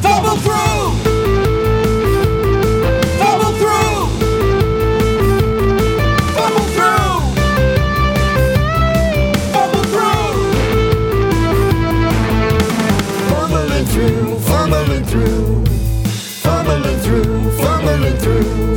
Follow through. Follow through. Follow through. Follow through. Fumbling through, fumbling through. Fumbling through, fumbling through.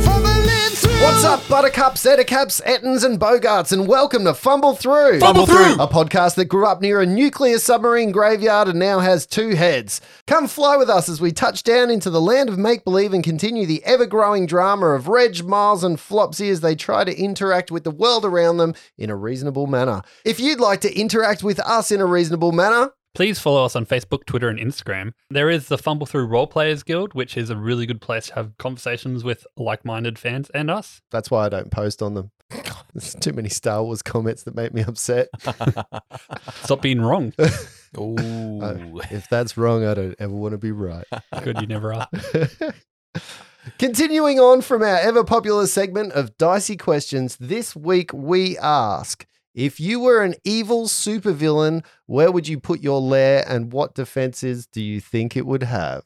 Fumbling through. What's up, Buttercups, Ettercaps, Ettons, and Bogarts, and welcome to Fumble Through. Fumble Through. A podcast that grew up near a nuclear submarine graveyard and now has two heads. Come fly with us as we touch down into the land of make believe and continue the ever growing drama of Reg, Miles, and Flopsy as they try to interact with the world around them in a reasonable manner. If you'd like to interact with us in a reasonable manner, Please follow us on Facebook, Twitter, and Instagram. There is the Fumble Through Role Players Guild, which is a really good place to have conversations with like minded fans and us. that's why I don't post on them. There's too many Star Wars comments that make me upset. Stop being wrong. Ooh. If that's wrong, I don't ever want to be right. Good, you never are. Continuing on from our ever popular segment of dicey questions, this week we ask if you were an evil supervillain, where would you put your lair and what defenses do you think it would have?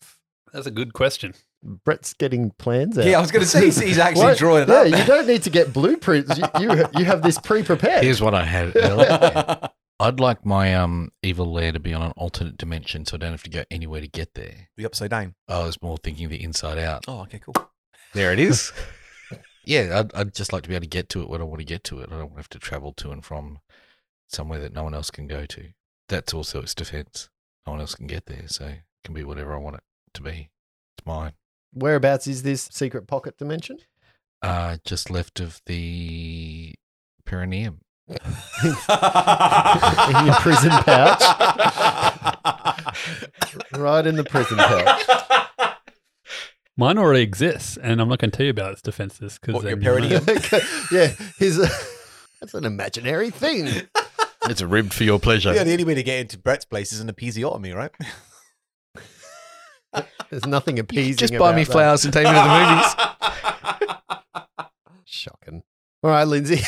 That's a good question. Brett's getting plans out. Yeah, I was going to say he's, he's actually What? drawing it yeah, up. you don't need to get blueprints. You, you, you have this pre prepared. Here's what I had. Al. I'd like my um evil lair to be on an alternate dimension, so I don't have to go anywhere to get there. The upside down. I was more thinking the inside out. Oh, okay, cool. There it is. yeah, I'd, I'd just like to be able to get to it when I want to get to it. I don't want to have to travel to and from somewhere that no one else can go to. That's also its defense. No one else can get there, so it can be whatever I want it to be. It's mine. Whereabouts is this secret pocket dimension? Uh, just left of the perineum. In your prison Right in the prison pouch. Mine already exists, and I'm not going to tell you about its defenses because What, your parody. perineum? yeah, his, that's an imaginary thing. It's a ribbed for your pleasure. yeah, the only way to get into Brett's place is an episiotomy, right? There's nothing appeasing. just buy me about that. flowers and take me to the movies. Shocking. All right, Lindsay.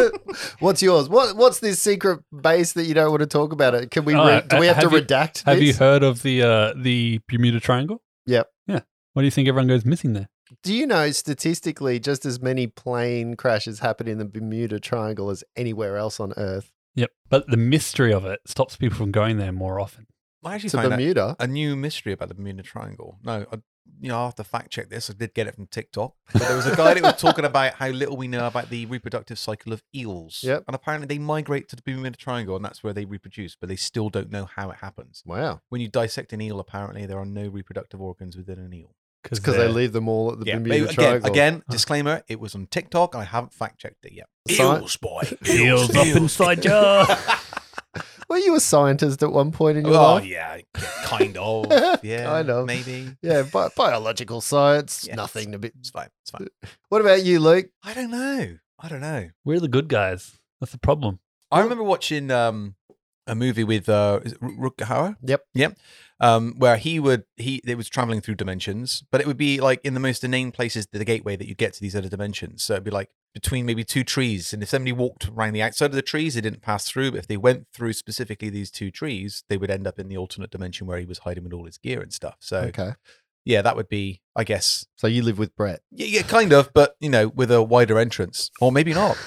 what's yours? What What's this secret base that you don't want to talk about? It can we? Oh, re- do we have, have to you- redact? Have you this? heard of the uh, the Bermuda Triangle? Yep. Yeah. What do you think everyone goes missing there? Do you know statistically just as many plane crashes happen in the Bermuda Triangle as anywhere else on Earth? Yep. But the mystery of it stops people from going there more often. I actually To found out Bermuda. a new mystery about the Bermuda Triangle. No, I, you know, I have to fact check this. I did get it from TikTok. But there was a guy that was talking about how little we know about the reproductive cycle of eels. Yep. And apparently they migrate to the Bermuda Triangle and that's where they reproduce, but they still don't know how it happens. Wow. When you dissect an eel, apparently there are no reproductive organs within an eel. It's because they they're- leave them all at the but Bermuda again, Triangle. again, disclaimer, it was on TikTok. I haven't fact checked it yet. Sci- boy. Eels up inside you. Were you a scientist at one point in your Oh, life? yeah. Kind of. Yeah. Kind of. Maybe. Yeah, bi- biological science, Yes. nothing to be. It's fine. It's fine. What about you, Luke? I don't know. I don't know. We're the good guys. That's the problem. I remember watching um, a movie with uh, is it Ru- Rukawa. Yep. Yep. Um, where he would he they was traveling through dimensions, but it would be like in the most inane places, the gateway that you get to these other dimensions. So it'd be like between maybe two trees, and if somebody walked around the outside of the trees, they didn't pass through. But if they went through specifically these two trees, they would end up in the alternate dimension where he was hiding with all his gear and stuff. So Okay. yeah, that would be, I guess, So you live with Brett. yeah, yeah, kind of, but you know, with a wider entrance, or maybe not.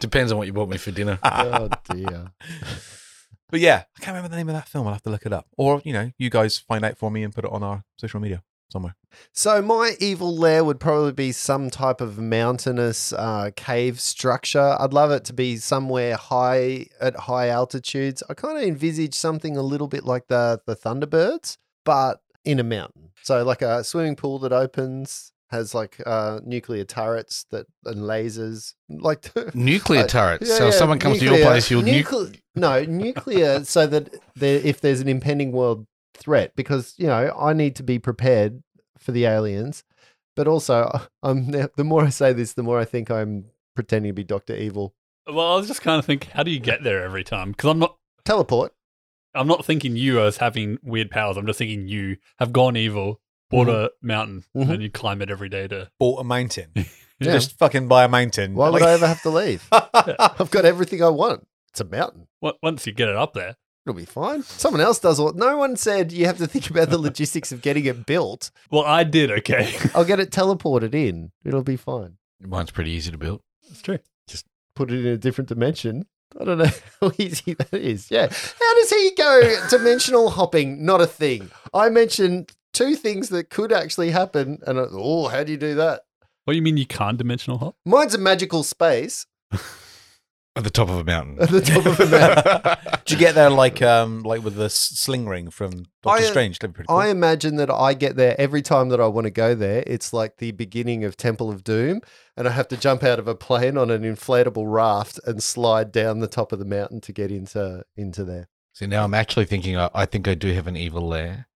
Depends on what you bought me for dinner. Oh dear. But yeah, I can't remember the name of that film. I'll have to look it up. Or, you know, you guys find out for me and put it on our social media somewhere. So my evil lair would probably be some type of mountainous uh, cave structure. I'd love it to be somewhere high at high altitudes. I kind of envisage something a little bit like the the Thunderbirds, but in a mountain. So like a swimming pool that opens has like uh, nuclear turrets that and lasers like. Nuclear Uh, turrets. Yeah, so if yeah, someone comes to your nuclear- place, you'll nuke. nucle- no nuclear, so that there, if there's an impending world threat, because you know I need to be prepared for the aliens, but also I'm ne- the more I say this, the more I think I'm pretending to be Doctor Evil. Well, I was just kind of thinking, how do you get there every time? Because I'm not, Teleport. I'm not thinking you as having weird powers. I'm just thinking you have gone evil, bought a mountain, Mhm. and then you climb it every day to. Bought a mountain. Yeah. Just fucking buy a mountain. Why would I Like- ever have to leave? I've got everything I want. It's a mountain. on- Once you get it up there, It'll be fine. Someone else does all. No one said you have to think about the logistics of getting it built. Well, I did, okay. I'll get it teleported in. It'll be fine. Mine's pretty easy to build. That's true. Put it in a different dimension. I don't know how easy that is. Yeah. How does he go dimensional hopping? Not a thing. I mentioned two things that could actually happen. And I, oh, how do you do that? What do you mean you can't dimensional hop? Mine's a magical space At the top of a mountain. at the top of a mountain. Did you get there like um like with the s- sling ring from Doctor I- uh, Strange? That'd be pretty cool. I imagine that I get there every time that I want to go there. It's like the beginning of Temple of Doom, and I have to jump out of a plane on an inflatable raft and slide down the top of the mountain to get into into there. See, now I'm actually thinking, I, I think I do have an evil lair.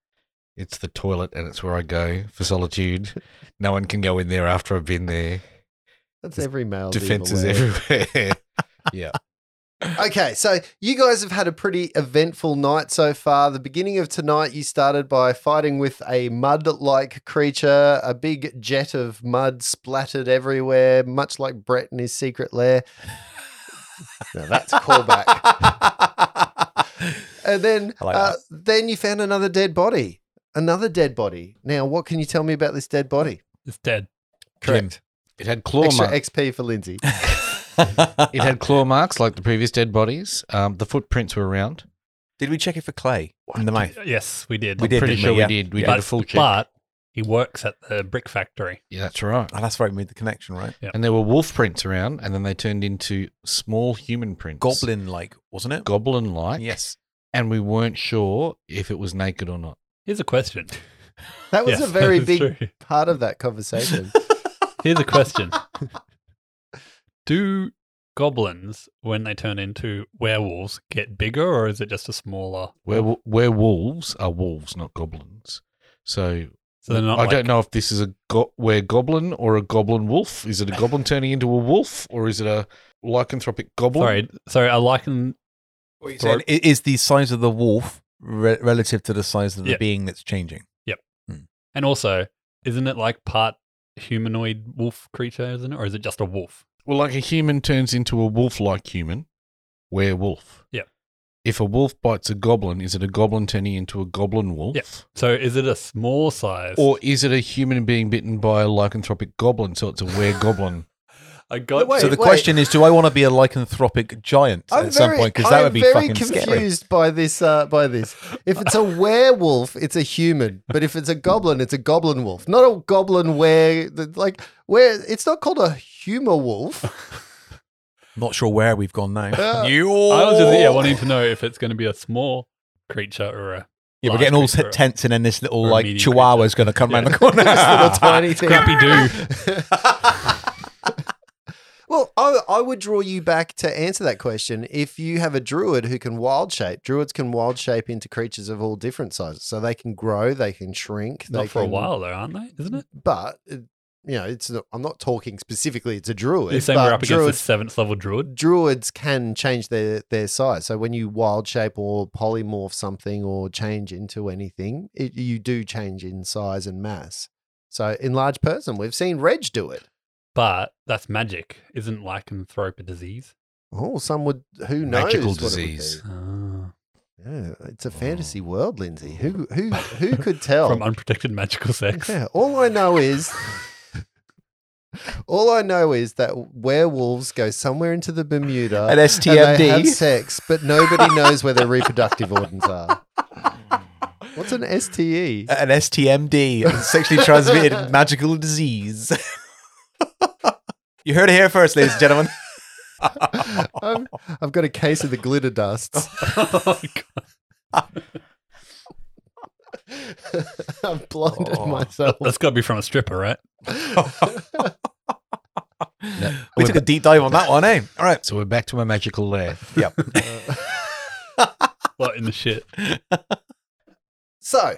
It's the toilet, and it's where I go for solitude. No one can go in there after I've been there. That's There's every male. Defenses everywhere. everywhere. yeah. Okay, so you guys have had a pretty eventful night so far. The beginning of tonight, you started by fighting with a mud like creature, a big jet of mud splattered everywhere, much like Brett in his secret lair. now that's a callback. And then, I like uh, that. then you found another dead body. Another dead body. Now, what can you tell me about this dead body? It's dead. Correct. It had claw Extra marks. XP for Lindsay. it uh, had claw marks like the previous dead bodies. Um, the footprints were around. Did we check it for clay in the mouth? Yes, we did. We did, Pretty didn't sure we? Yeah. did. We Yeah. did a full check. But he works at the brick factory. yeah, that's right. Oh, that's right. We made the connection, right? And there were wolf prints around, and then they turned into small human prints. Goblin like, wasn't it? Goblin like. Yes. And we weren't sure if it was naked or not. Here's a question. That was Yes, a very that is big true. part of that conversation. Here's a question. Do goblins, when they turn into werewolves, get bigger or is it just a smaller? Where, where wolves are wolves, not goblins. So So they're not I like- don't know if this is a go- were goblin or a goblin wolf. Is it a goblin turning into a wolf or is it a lycanthropic goblin? Sorry, sorry. I liken What you Throat- Is the size of the wolf re- relative to the size of the Yeah. being that's changing? And also, isn't it like part humanoid wolf creature, isn't it? Or is it just a wolf? Well, like a human turns into a wolf-like human, werewolf. Yeah. If a wolf bites a goblin, is it a goblin turning into a goblin wolf? Yeah. So is it a small size? Or is it a human being bitten by a lycanthropic goblin? So it's a were-goblin. I got Wait, so the wait. question is, do I want to be a lycanthropic giant I'm at some very- point? Because that I'm would be very fucking scary. confused by this. Uh, by this, if it's a werewolf, it's a human, but if it's a goblin, it's a goblin wolf, not a goblin were. Like where it's not called a humor wolf. Not sure where we've gone now. Uh, you I was just yeah, wanting to know if it's going to be a small creature or a Yeah, we're large getting all creature. tense, and then this little Or a like medium chihuahua's going to come round the corner. This little tiny thing. Creepy dude. Well, I, I would draw you back to answer that question. If you have a druid who can wild shape, druids can wild shape into creatures of all different sizes. So they can grow, they can shrink. they Not for a can- while though, aren't they? Isn't it? But, uh, you know, it's not, I'm not talking specifically, it's a druid. You're saying but we're up against a druids, seventh level druid. druids can change their, their size. So when you wild shape or polymorph something or change into anything, it, you do change in size and mass. So enlarged person, we've seen Reg do it. But that's magic. Isn't lycanthrope a disease? Oh, some would. Who knows? Magical what it would disease. Ah. be. Yeah, it's a fantasy world, Lindsay. Who who who could tell? Oh. From unprotected magical sex. Oh. yeah, all I know is. All I know is that werewolves go somewhere into the Bermuda An and they have STMD. sex, but nobody knows where their reproductive organs are. What's an E? STE? An STMD, a sexually transmitted magical disease. you heard it here first, ladies and gentlemen. I'm, I've got a case of the glitter dusts. Oh, God. I've blinded Oh. myself. That's got to be from a stripper, right? we took a deep dive on that one, eh? All right. so we're back to my magical lair. What in the shit? So,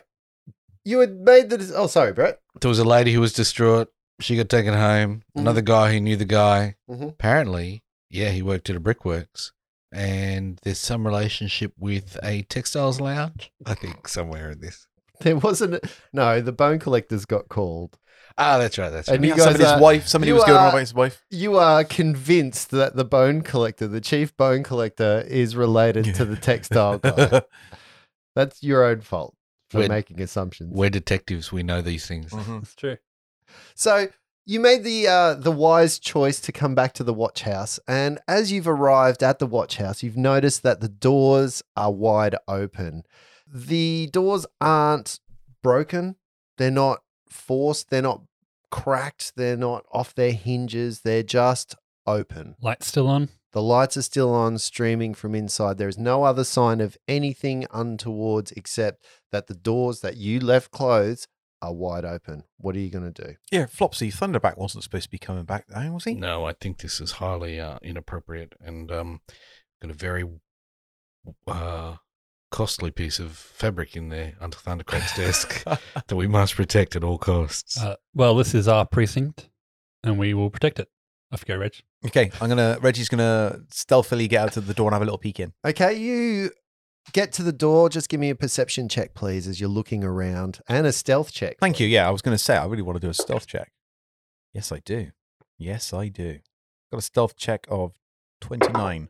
you had made the. Oh, sorry, Brett. There was a lady who was distraught. She got taken home. Mhm. Another guy who knew the guy. Mhm. Apparently, yeah, he worked at a brickworks. And there's some relationship with a textiles lounge, I think, somewhere in this. There wasn't. No, the bone collectors got called. Ah, that's right. That's And right. you Yeah, so guys his are- wife. Somebody you uh, was going on are- about his wife. You are convinced that the bone collector, the chief bone collector, is related to the textile guy. That's your own fault for We're- making assumptions. We're detectives. We know these things. That's true. So you made the uh, the wise choice to come back to the watch house, and as you've arrived at the watch house, you've noticed that the doors are wide open. The doors aren't broken; they're not forced, they're not cracked, they're not off their hinges. They're just open. Lights still on. The lights are still on, streaming from inside. There is no other sign of anything untowards except that the doors that you left closed are wide open. What are you going to do? Yeah, Flopsy Thunderback wasn't supposed to be coming back, though, was he? No, I think this is highly uh, inappropriate and um, got a very uh, costly piece of fabric in there under Thundercrack's desk that we must protect at all costs. Uh, well, this is our precinct, and we will protect it. Off you go, Reg. Okay, I'm gonna. Reggie's gonna stealthily get out to the door and have a little peek in. Okay, you get to the door. Just give me a perception check, please, as you're looking around and a stealth check. Thank you. Yeah, I was gonna say I really want to do a stealth check. Yes, I do. Yes, I do. Got a stealth check of twenty nine.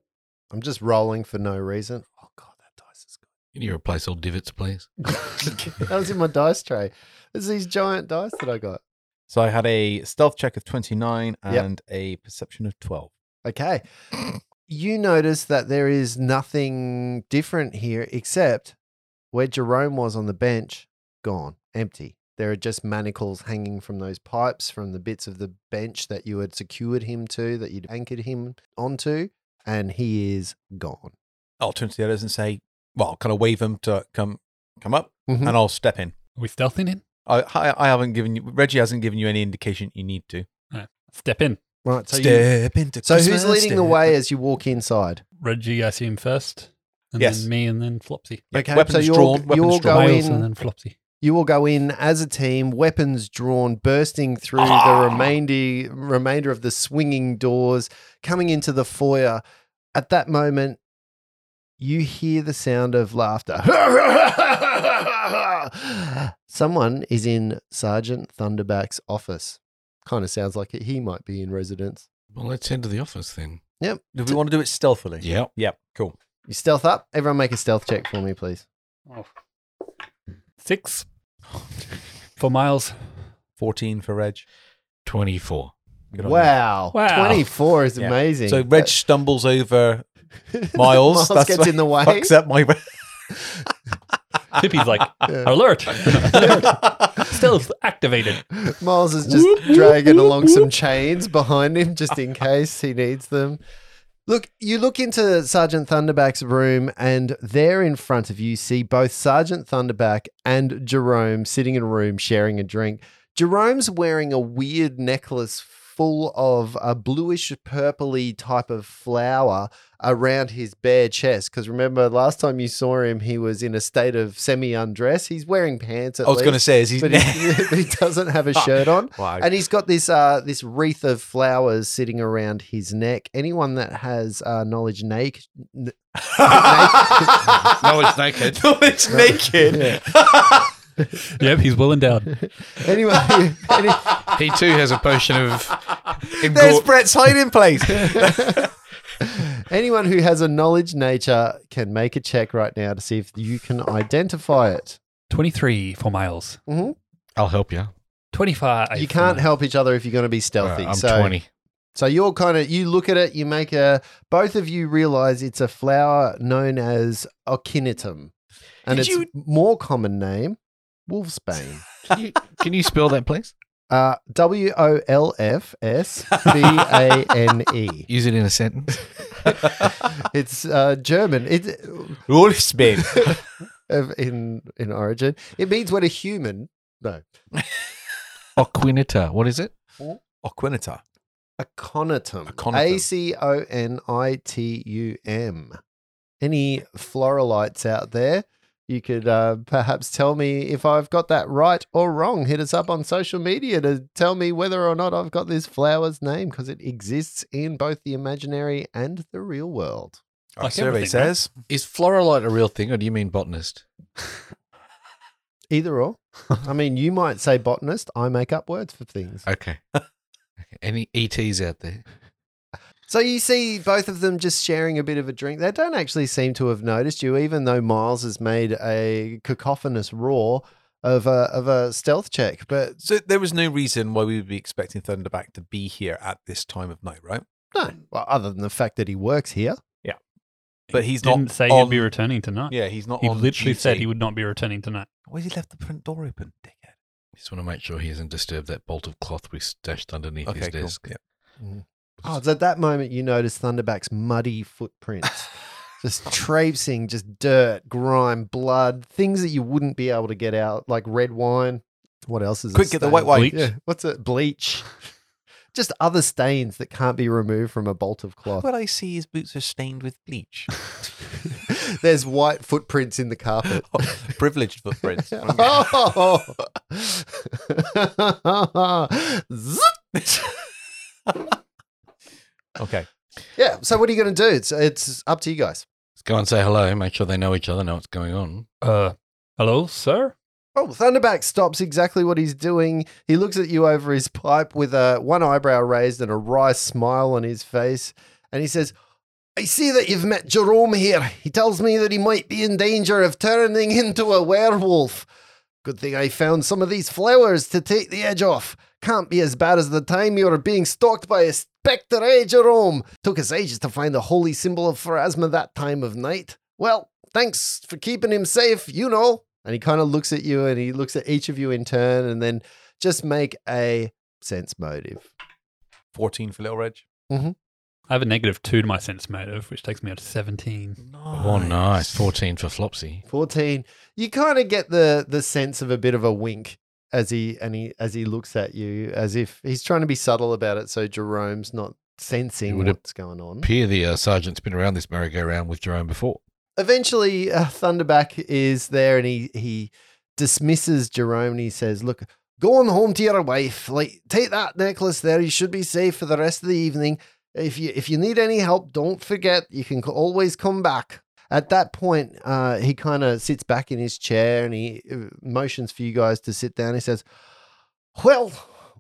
I'm just rolling for no reason. Oh, God, that dice is Can you replace all divots, please? good. that was in my dice tray. There's these giant dice that I got. So I had a stealth check of twenty nine Yep. and a perception of twelve. Okay. You notice that there is nothing different here except where Jerome was on the bench, gone, empty. There are just manacles hanging from those pipes, from the bits of the bench that you had secured him to, that you'd anchored him onto, and he is gone. I'll turn to the others and say, "Well, kind of wave them to come, come up, Mhm. and I'll step in." Are we stealthing in? I, I, I haven't given you. Reggie hasn't given you any indication you need to. Step in. Right. So, you, step into. so who's Christmas, leading the step- way as you walk inside? Reggie, I see him first, and Yes. then me, and then Flopsy. Yeah, Okay, weapons so you're- drawn. Weapons drawn. you're Go Miles, in. and then Flopsy. You will go in as a team, weapons drawn, bursting through the remainder remainder of the swinging doors, coming into the foyer. At that moment, you hear the sound of laughter. Someone is in Sergeant Thunderback's office. Kind of sounds like it. He might be in residence. Well, let's head to the office then. Do we want to do it stealthily? Yep. Yep. Cool. You stealth up. Everyone, make a stealth check for me, please. Six for Miles. Fourteen for Reg. 24. Good on Wow. Wow. 24 is Yeah. amazing. you. So Reg stumbles over Miles. Miles that's gets what in the way. Fucks up my. Tippy's like, Yeah. alert! Stealth activated. Miles is just dragging along some chains behind him just in case he needs them. Look, you look into Sergeant Thunderback's room, and there in front of you see both Sergeant Thunderback and Jerome sitting in a room sharing a drink. Jerome's wearing a weird necklace full of a bluish purpley type of flower around his bare chest. Because remember, last time you saw him, he was in a state of semi undress. He's wearing pants. At I was going least to say, is he? but he, but he doesn't have a shirt on. wow. And he's got this uh, this wreath of flowers sitting around his neck. Anyone that has uh, knowledge naked, No, it's naked. No, it's naked. Yep, he's well endowed. anyone, any, He too has a potion of. There's Engor- Brett's hiding place. anyone who has a knowledge nature can make a check right now to see if you can identify it. 23 for Miles. Mhm. I'll help you. 25. You for can't Miles. help each other if you're going to be stealthy. Alright, I'm so, 20. so you're kind of you look at it, you make a both of you realize it's a flower known as Ocinitum, and Did its you- more common name, wolfsbane. Can you, can you spell that, please? Uh, W O L F S B A N E. Use it in a sentence. It's uh, German. It Wolfsbane. of- in in origin. It means when a human. No, Aquinita. What is it? Aquinita. aconitum. Aconitum. A C O N I T U M. Any floralites out there? You could uh, perhaps tell me if I've got that right or wrong. Hit us up on social media to tell me whether or not I've got this flower's name because it exists in both the imaginary and the real world. Our Like survey everything, says. Is floralite a real thing, or do you mean botanist? Either or. I mean, you might say botanist. I make up words for things. Okay. okay. Any ETs out there? So you see both of them just sharing a bit of a drink. They don't actually seem to have noticed you, even though Miles has made a cacophonous roar of a, of a stealth check. But So there was no reason why we would be expecting Thunderback to be here at this time of night, right? no, well, other than the fact that he works here. But he's Didn't not say on- he'd be returning tonight. Yeah, he's not. he on literally said duty. he would not be returning tonight. Why has he left the front door open, dickhead? Just want to make sure he hasn't disturbed that bolt of cloth we stashed underneath his Okay, cool. desk. Yeah. Oh, it's at that moment you notice Thunderback's muddy footprints, just traipsing, just dirt, grime, blood, things that you wouldn't be able to get out, like red wine. What else is a Quick, get the stain? white wine. Bleach. Yeah, what's it? Bleach. just other stains that can't be removed from a bolt of cloth. What I see is boots are stained with bleach. There's white footprints in the Oh, carpet. Privileged footprints. Oh. Zzz. okay. yeah. So what are you going to do? It's it's up to you guys. Let's go and say hello. Make sure they know each other, know what's going on. Uh, hello, sir. Oh, Thunderback stops exactly what he's doing. He looks at you over his pipe with a one eyebrow raised and a wry smile on his face, and he says, "I see that you've met Jerome here. He tells me that he might be in danger of turning into a werewolf. Good thing I found some of these flowers to take the edge off. Can't be as bad as the time you were being stalked by a spectre, eh, Jerome? Took us ages to find the holy symbol of Pharasma that time of night. Well, thanks for keeping him safe, you know." And he kind of looks at you and he looks at each of you in turn and then just make a sense motive. 14 for Little Reg. I have a negative two to my sense motive, which takes me out to 17. Oh, nice. 14 for Flopsy. 14. You kind of get the the sense of a bit of a wink as he and he as he looks at you as if he's trying to be subtle about it so Jerome's not He sensing would have- what's going on. Pierre, the uh, sergeant's been around this merry-go-round with Jerome before. eventually uh, Thunderback is there and he he dismisses Jerome and he says, "Look, go on home to your wife. Like take that necklace there. You should be safe for the rest of the evening. If you if you need any help, don't forget. You can co- always come back." At that point, uh, he kind of sits back in his chair and he uh, motions for you guys to sit down. He says, "Well,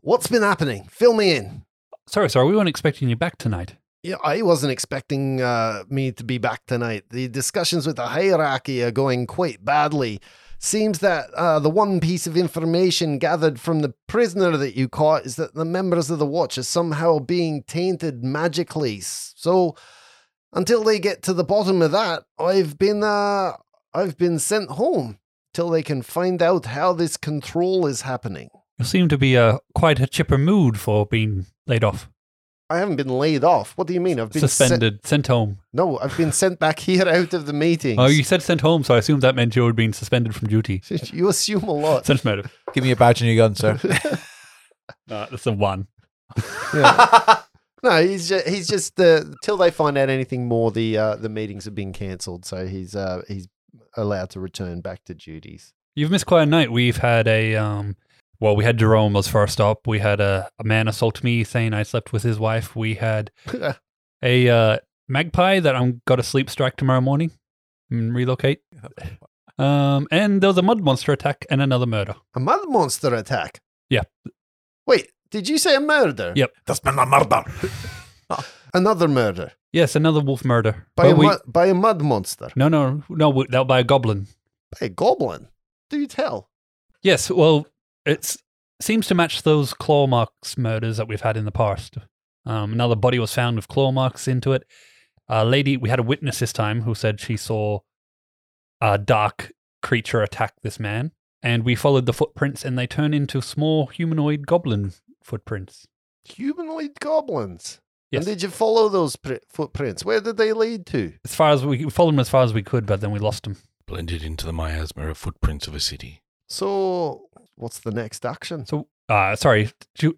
what's been happening? Fill me in." Sorry, sorry, we weren't expecting you back tonight. Yeah, I wasn't expecting uh, me to be back tonight. The discussions with the hierarchy are going quite badly. Seems that uh, the one piece of information gathered from the prisoner that you caught is that the members of the Watch are somehow being tainted magically. So, until they get to the bottom of that, I've been uh, I've been sent home till they can find out how this control is happening. You seem to be uh, quite a chipper mood for being laid off, I haven't been laid off. What do you mean? I've been sent- suspended, sent home. no, I've been sent back here out of the meeting. Oh, you said sent home, so I assumed that meant you were being suspended from duty. You assume a lot. Sense motive. Give me a badge and your gun, sir. Uh, that's a one. no, he's just, he's just the till they find out anything more. The uh, the meetings have been cancelled, so he's uh, he's allowed to return back to duties. You've missed quite a night. We've had a um well, we had Jerome was first up. We had a, a man assault me saying I slept with his wife. We had a uh, magpie that I'm got a sleep strike tomorrow morning and relocate. Um, and there was a mud monster attack and another murder. a mud monster attack. Yeah. Wait, did you say a murder? Yep. That's been a murder. Another murder Yes, another wolf murder. by a But we- Mm. mud, by a mud monster, no, no, no, we- that by a goblin. by a goblin. Do you tell? Yes, well, it seems to match those claw marks murders that we've had in the past. Um, another body was found with claw marks into it. A lady, we had a witness this time who said she saw a dark creature attack this man, and we followed the footprints, and they turn into small humanoid goblin footprints. Humanoid goblins. Yes, And did you follow those pr- footprints? Where did they lead to? as far as we we followed them as far as we could, but then we lost them. Blended into the miasma of footprints of a city. So, what's the next action? So, uh, sorry, do,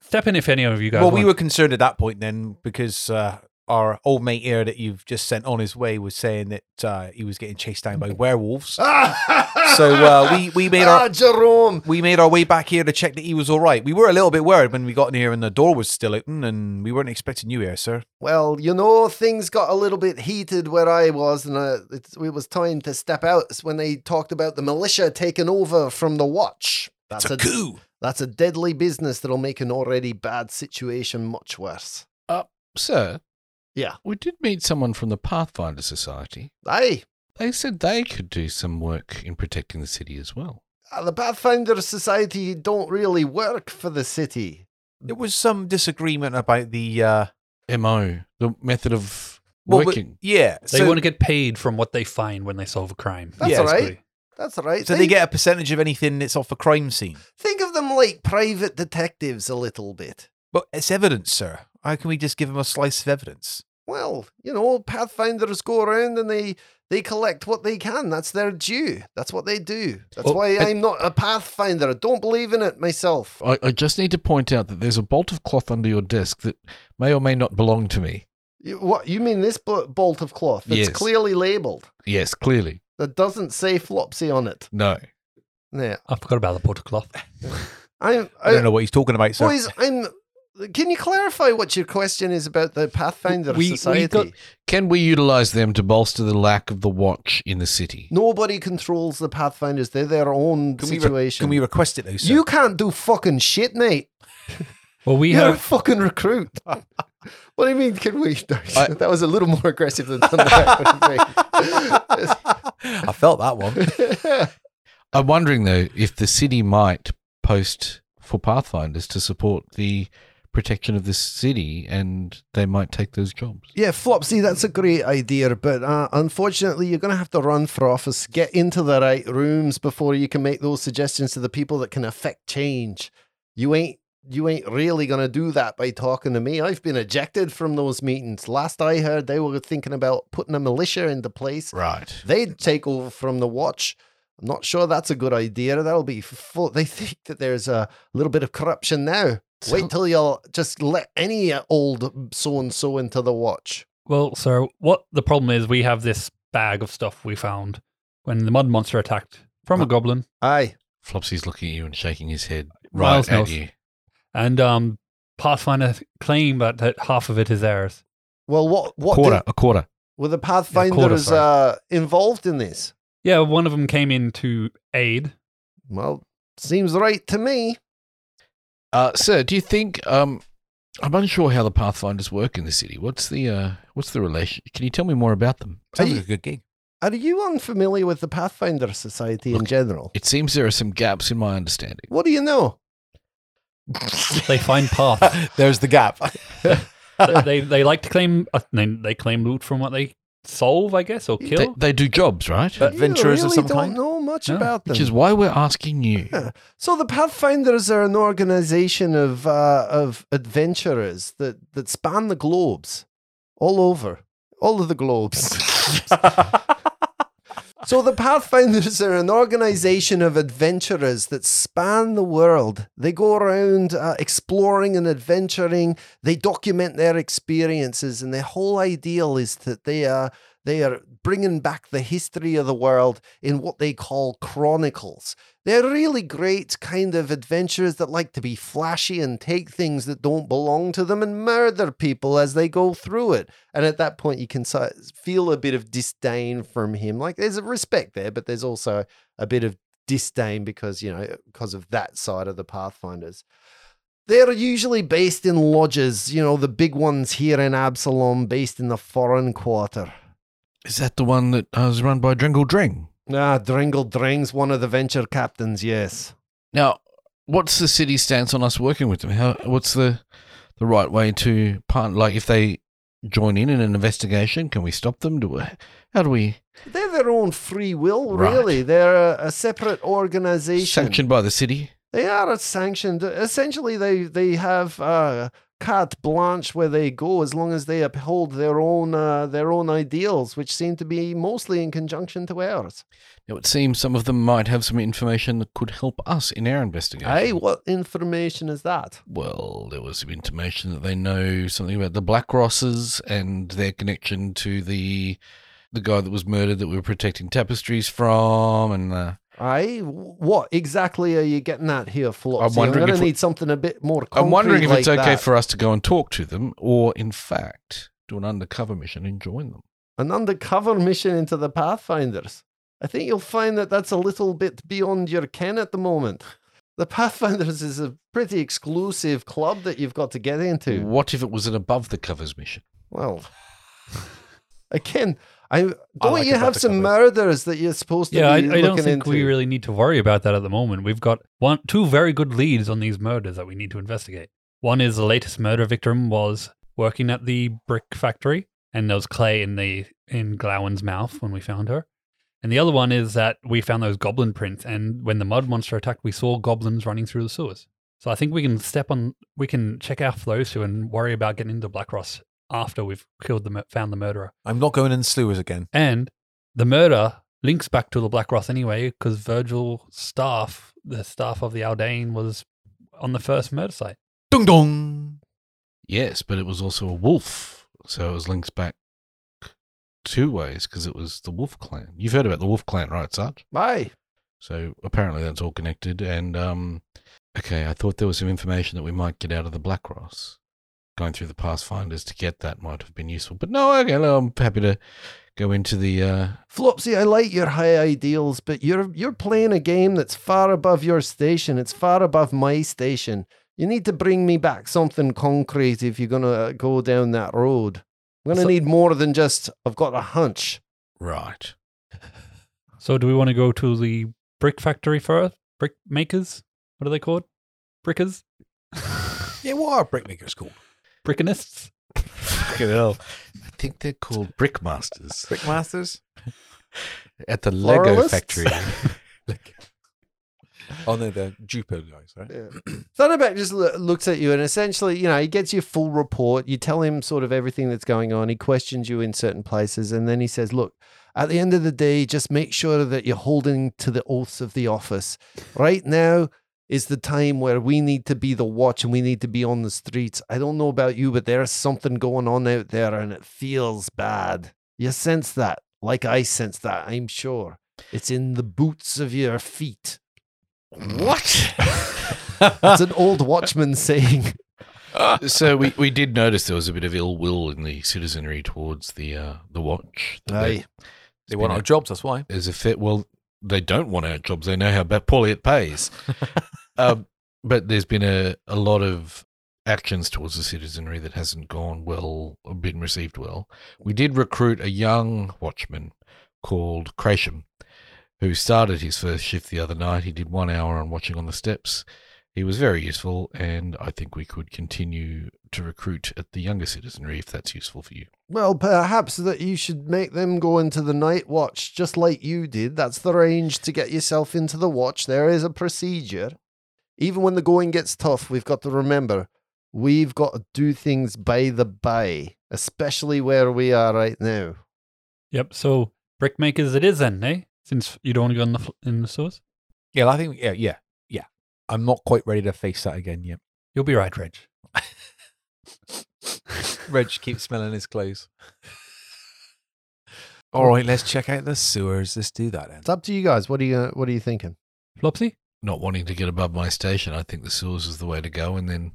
step in if any of you guys. well, we want- were concerned at that point then because uh, our old mate here that you've just sent on his way was saying that uh, he was getting chased down by werewolves. so uh, we we made ah, our Jerome. we made our way back here to check that he was all right. We were a little bit worried when we got in here and the door was still open, and we weren't expecting you here, sir. Well, you know, things got a little bit heated where I was, and uh, it, it was time to step out. It's when they talked about the militia taking over from the watch. That's a, coup. that's a deadly business that'll make an already bad situation much worse. Sir. Yeah. We did meet someone from the Pathfinder Society. Aye, They said they could do some work in protecting the city as well. uh, the Pathfinder Society don't really work for the city. There was some disagreement about the uh, MO, the method of well, but- working. yeah, They so, want to get paid from what they find when they solve a crime. That's Yeah, all right. basically. That's all right. so they Think- get a percentage of anything that's off a crime scene. think of them like private detectives a little bit. But it's evidence, sir. How can we just give him a slice of evidence? Well, you know, Pathfinders go around and they they collect what they can. That's their due. That's what they do. That's Well, why but- I'm not a Pathfinder. I don't believe in it myself. I, I just need to point out that there's a bolt of cloth under your desk that may or may not belong to me. You, what you mean? This bol- bolt of cloth that's Yes. clearly labeled Yes, clearly. that doesn't say Flopsy on it. No. Yeah, I forgot about the porter cloth. I'm. I don't I, know what he's talking about, sir. boys, I'm. Can you clarify what your question is about the Pathfinder We- we got- Society? Can we utilize them to bolster the lack of the watch in the city? Nobody controls the Pathfinders. They're their own Can we re- situation. can we request it though, sir? you can't do fucking shit, mate. Well, we You're a have fucking recruit. what do you mean? Can we? I- that was a little more aggressive than that. I felt that one. I'm wondering, though, if the city might post for Pathfinders to support the protection of the city and they might take those jobs. yeah, Flopsy, that's a great idea, but uh, unfortunately, you're going to have to run for office, get into the right rooms before you can make those suggestions to the people that can affect change. You ain't. You ain't really going to do that by talking to me. I've been ejected from those meetings. Last I heard, they were thinking about putting a militia into place Right. they'd take over from the watch. I'm not sure that's a good idea. That'll be full. They think that there's a little bit of corruption now. Wait till you'll just let any uh, old so and so into the watch. Well, sir, what the problem is, we have this bag of stuff we found when the mud monster attacked from a goblin, Aye. Flopsy's looking at you and shaking his head right Miles at knows. you. and um, Pathfinder claim that, that half of it is theirs. Well, what what quarter, did- a quarter. were the Pathfinders sorry. uh, involved in this? Yeah, one of them came in to aid. Well, seems right to me. Uh, sir, do you think um, I'm unsure how the Pathfinders work in the city? What's the uh, what's the relation? Can you tell me more about them? Sounds you- like a good gig. Are you unfamiliar with the Pathfinder Society in Look- general? It seems there are some gaps in my understanding. What do you know? They find paths. There's the gap. they they like to claim uh, they, they claim loot from what they solve, I guess, or They, kill. they do jobs, right? But- Adventurers you of really some don't kind? know much No. about them. Which is why we're asking you. Yeah. So the Pathfinders are an organization of uh, of adventurers that that span the globes, all over, all of the globes. so the Pathfinders are an organization of adventurers that span the world. They go around uh, exploring and adventuring. They document their experiences, and their whole ideal is that they are they are bringing back the history of the world in what they call chronicles. They're really great kind of adventurers that like to be flashy and take things that don't belong to them and murder people as they go through it. And at that point, you can so- feel a bit of disdain from him. Like there's a respect there, but there's also a bit of disdain because, you know, because of that side of the Pathfinders. They're usually based in lodges, you know, the big ones here in Absalom, based in the foreign quarter. Is that the one that uh, was run by Drengle Dreng? Ah, Dringle Dring's one of the venture captains, yes. Now, what's the city's stance on us working with them? How, what's the the right way to part? Like, if they join in in an investigation, can we stop them? Do we, how do we They're their own free will, Right. really. They're a, a separate organization. sanctioned by the city? They are sanctioned. Essentially, they they have uh, carte blanche where they go as long as they uphold their own uh, their own ideals, which seem to be mostly in conjunction to ours. It would seem some of them might have some information that could help us in our investigation. Hey, what information is that? Well, there was some intimation that they know something about the Black Rosses and their connection to the the guy that was murdered that we were protecting tapestries from, and uh, Hey, what exactly are you getting at here, Flopsy? I'm, wondering going if to we- need something a bit more concrete I'm wondering if like it's okay that. for us to go and talk to them, or in fact, do an undercover mission and join them. an undercover mission into the Pathfinders. I think you'll find that that's a little bit beyond your ken at the moment. The Pathfinders is a pretty exclusive club that you've got to get into. What if it was an above the covers mission? Well, again, I don't like you it have better some covered. murders that you're supposed to Yeah, I, be I don't looking think we into? really need to worry about that at the moment. We've got one, two very good leads on these murders that we need to investigate. One is the latest murder victim was working at the brick factory, and there was clay in the in Glowen's mouth when we found her. And the other one is that we found those goblin prints, and when the mud monster attacked, we saw goblins running through the sewers. So I think we can step on, we can check out those two and worry about getting into Black Ross after we've killed the mur- found the murderer. I'm not going in slewers again. And the murder links back to the Black Roth anyway, because Virgil's staff, the staff of the Aldane, was on the first murder site. Dung dong. Yes, but it was also a wolf, so it was linked back two ways because it was the Wolf Clan. You've heard about the Wolf Clan, right, Sarge? Aye. So apparently that's all connected. And um, okay, I thought there was some information that we might get out of the Black Ross. Going through the Pathfinders to get that might have been useful, but no, okay, no, I'm happy to go into the. Uh, Flopsy, I like your high ideals, but you're you're playing a game that's far above your station. It's far above my station. You need to bring me back something concrete if you're gonna go down that road. I'm gonna So- need more than just I've got a hunch. right. So do we want to go to the brick factory first? Brick makers? What are they called? Brickers? Yeah, what are brickmakers called? Brickinists? Fucking hell. I think they're called Brickmasters Brickmasters? at the Lego Floralists? factory. oh, no, they're Jupo guys, right? Thunderback just lo- looks at you and essentially, you know, he gets your full report. You tell him sort of everything that's going on. He questions you in certain places. And then he says, look, at the end of the day, just make sure that you're holding to the oaths of the office. Right now is the time where we need to be the watch and we need to be on the streets. I don't know about you, but there's something going on out there and it feels bad. You sense that, like I sense that, I'm sure. It's in the boots of your feet. That's an old watchman saying. so we, we did notice there was a bit of ill will in the citizenry towards the uh, the watch. that they- Aye. They want our jobs, that's why. There's a fit. Well, they don't want our jobs. They know how ba- poorly it pays. um, but there's been a, a lot of actions towards the citizenry that hasn't gone well or been received well. We did recruit a young watchman called Crasham, who started his first shift the other night. He did one hour on watching on the steps. He was very useful, and I think we could continue to recruit at the younger citizenry if that's useful for you. Well, perhaps that you should make them go into the night watch just like you did. That's the range to get yourself into the watch. There is a procedure. Even when the going gets tough, we've got to remember we've got to do things by the by, especially where we are right now. Yep, so brick makers it is then, eh? Since you don't want to go in the, fl- in the sewers? Yeah, I think, yeah, yeah, yeah. I'm not quite ready to face that again yet. You'll be right, Reg. Reg keeps smelling his clothes. All right, let's check out the sewers. Let's do that then. It's up to you guys. What are you What are you thinking? Flopsy? not wanting to get above my station, I think the sewers is the way to go, and then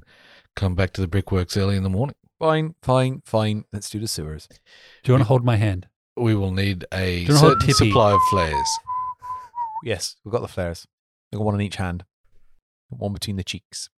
come back to the brickworks early in the morning. Fine, fine, fine. Let's do the sewers. Do you want to hold my hand? We will need a Do you know what certain tippy- supply of flares. Yes, we've got the flares. We've got one in each hand, one between the cheeks.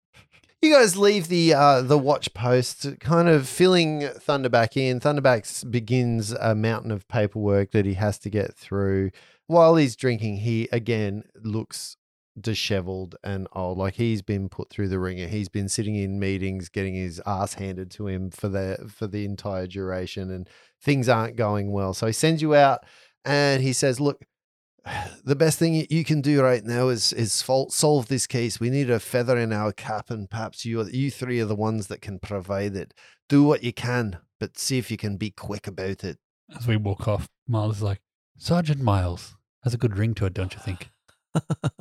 You guys leave the uh, the watch post, kind of filling Thunderback in. Thunderback s- begins a mountain of paperwork that he has to get through. While he's drinking, he again looks disheveled and old, like he's been put through the ringer. He's been sitting in meetings, getting his ass handed to him for the for the entire duration, and things aren't going well. So he sends you out, and he says, "Look, the best thing y- you can do right now is is fol- solve this case. We need a feather in our cap, and perhaps you are- you three are the ones that can provide it. Do what you can, but see if you can be quick about it. As we walk off, Miles is like, Sergeant Miles has a good ring to it, don't you think?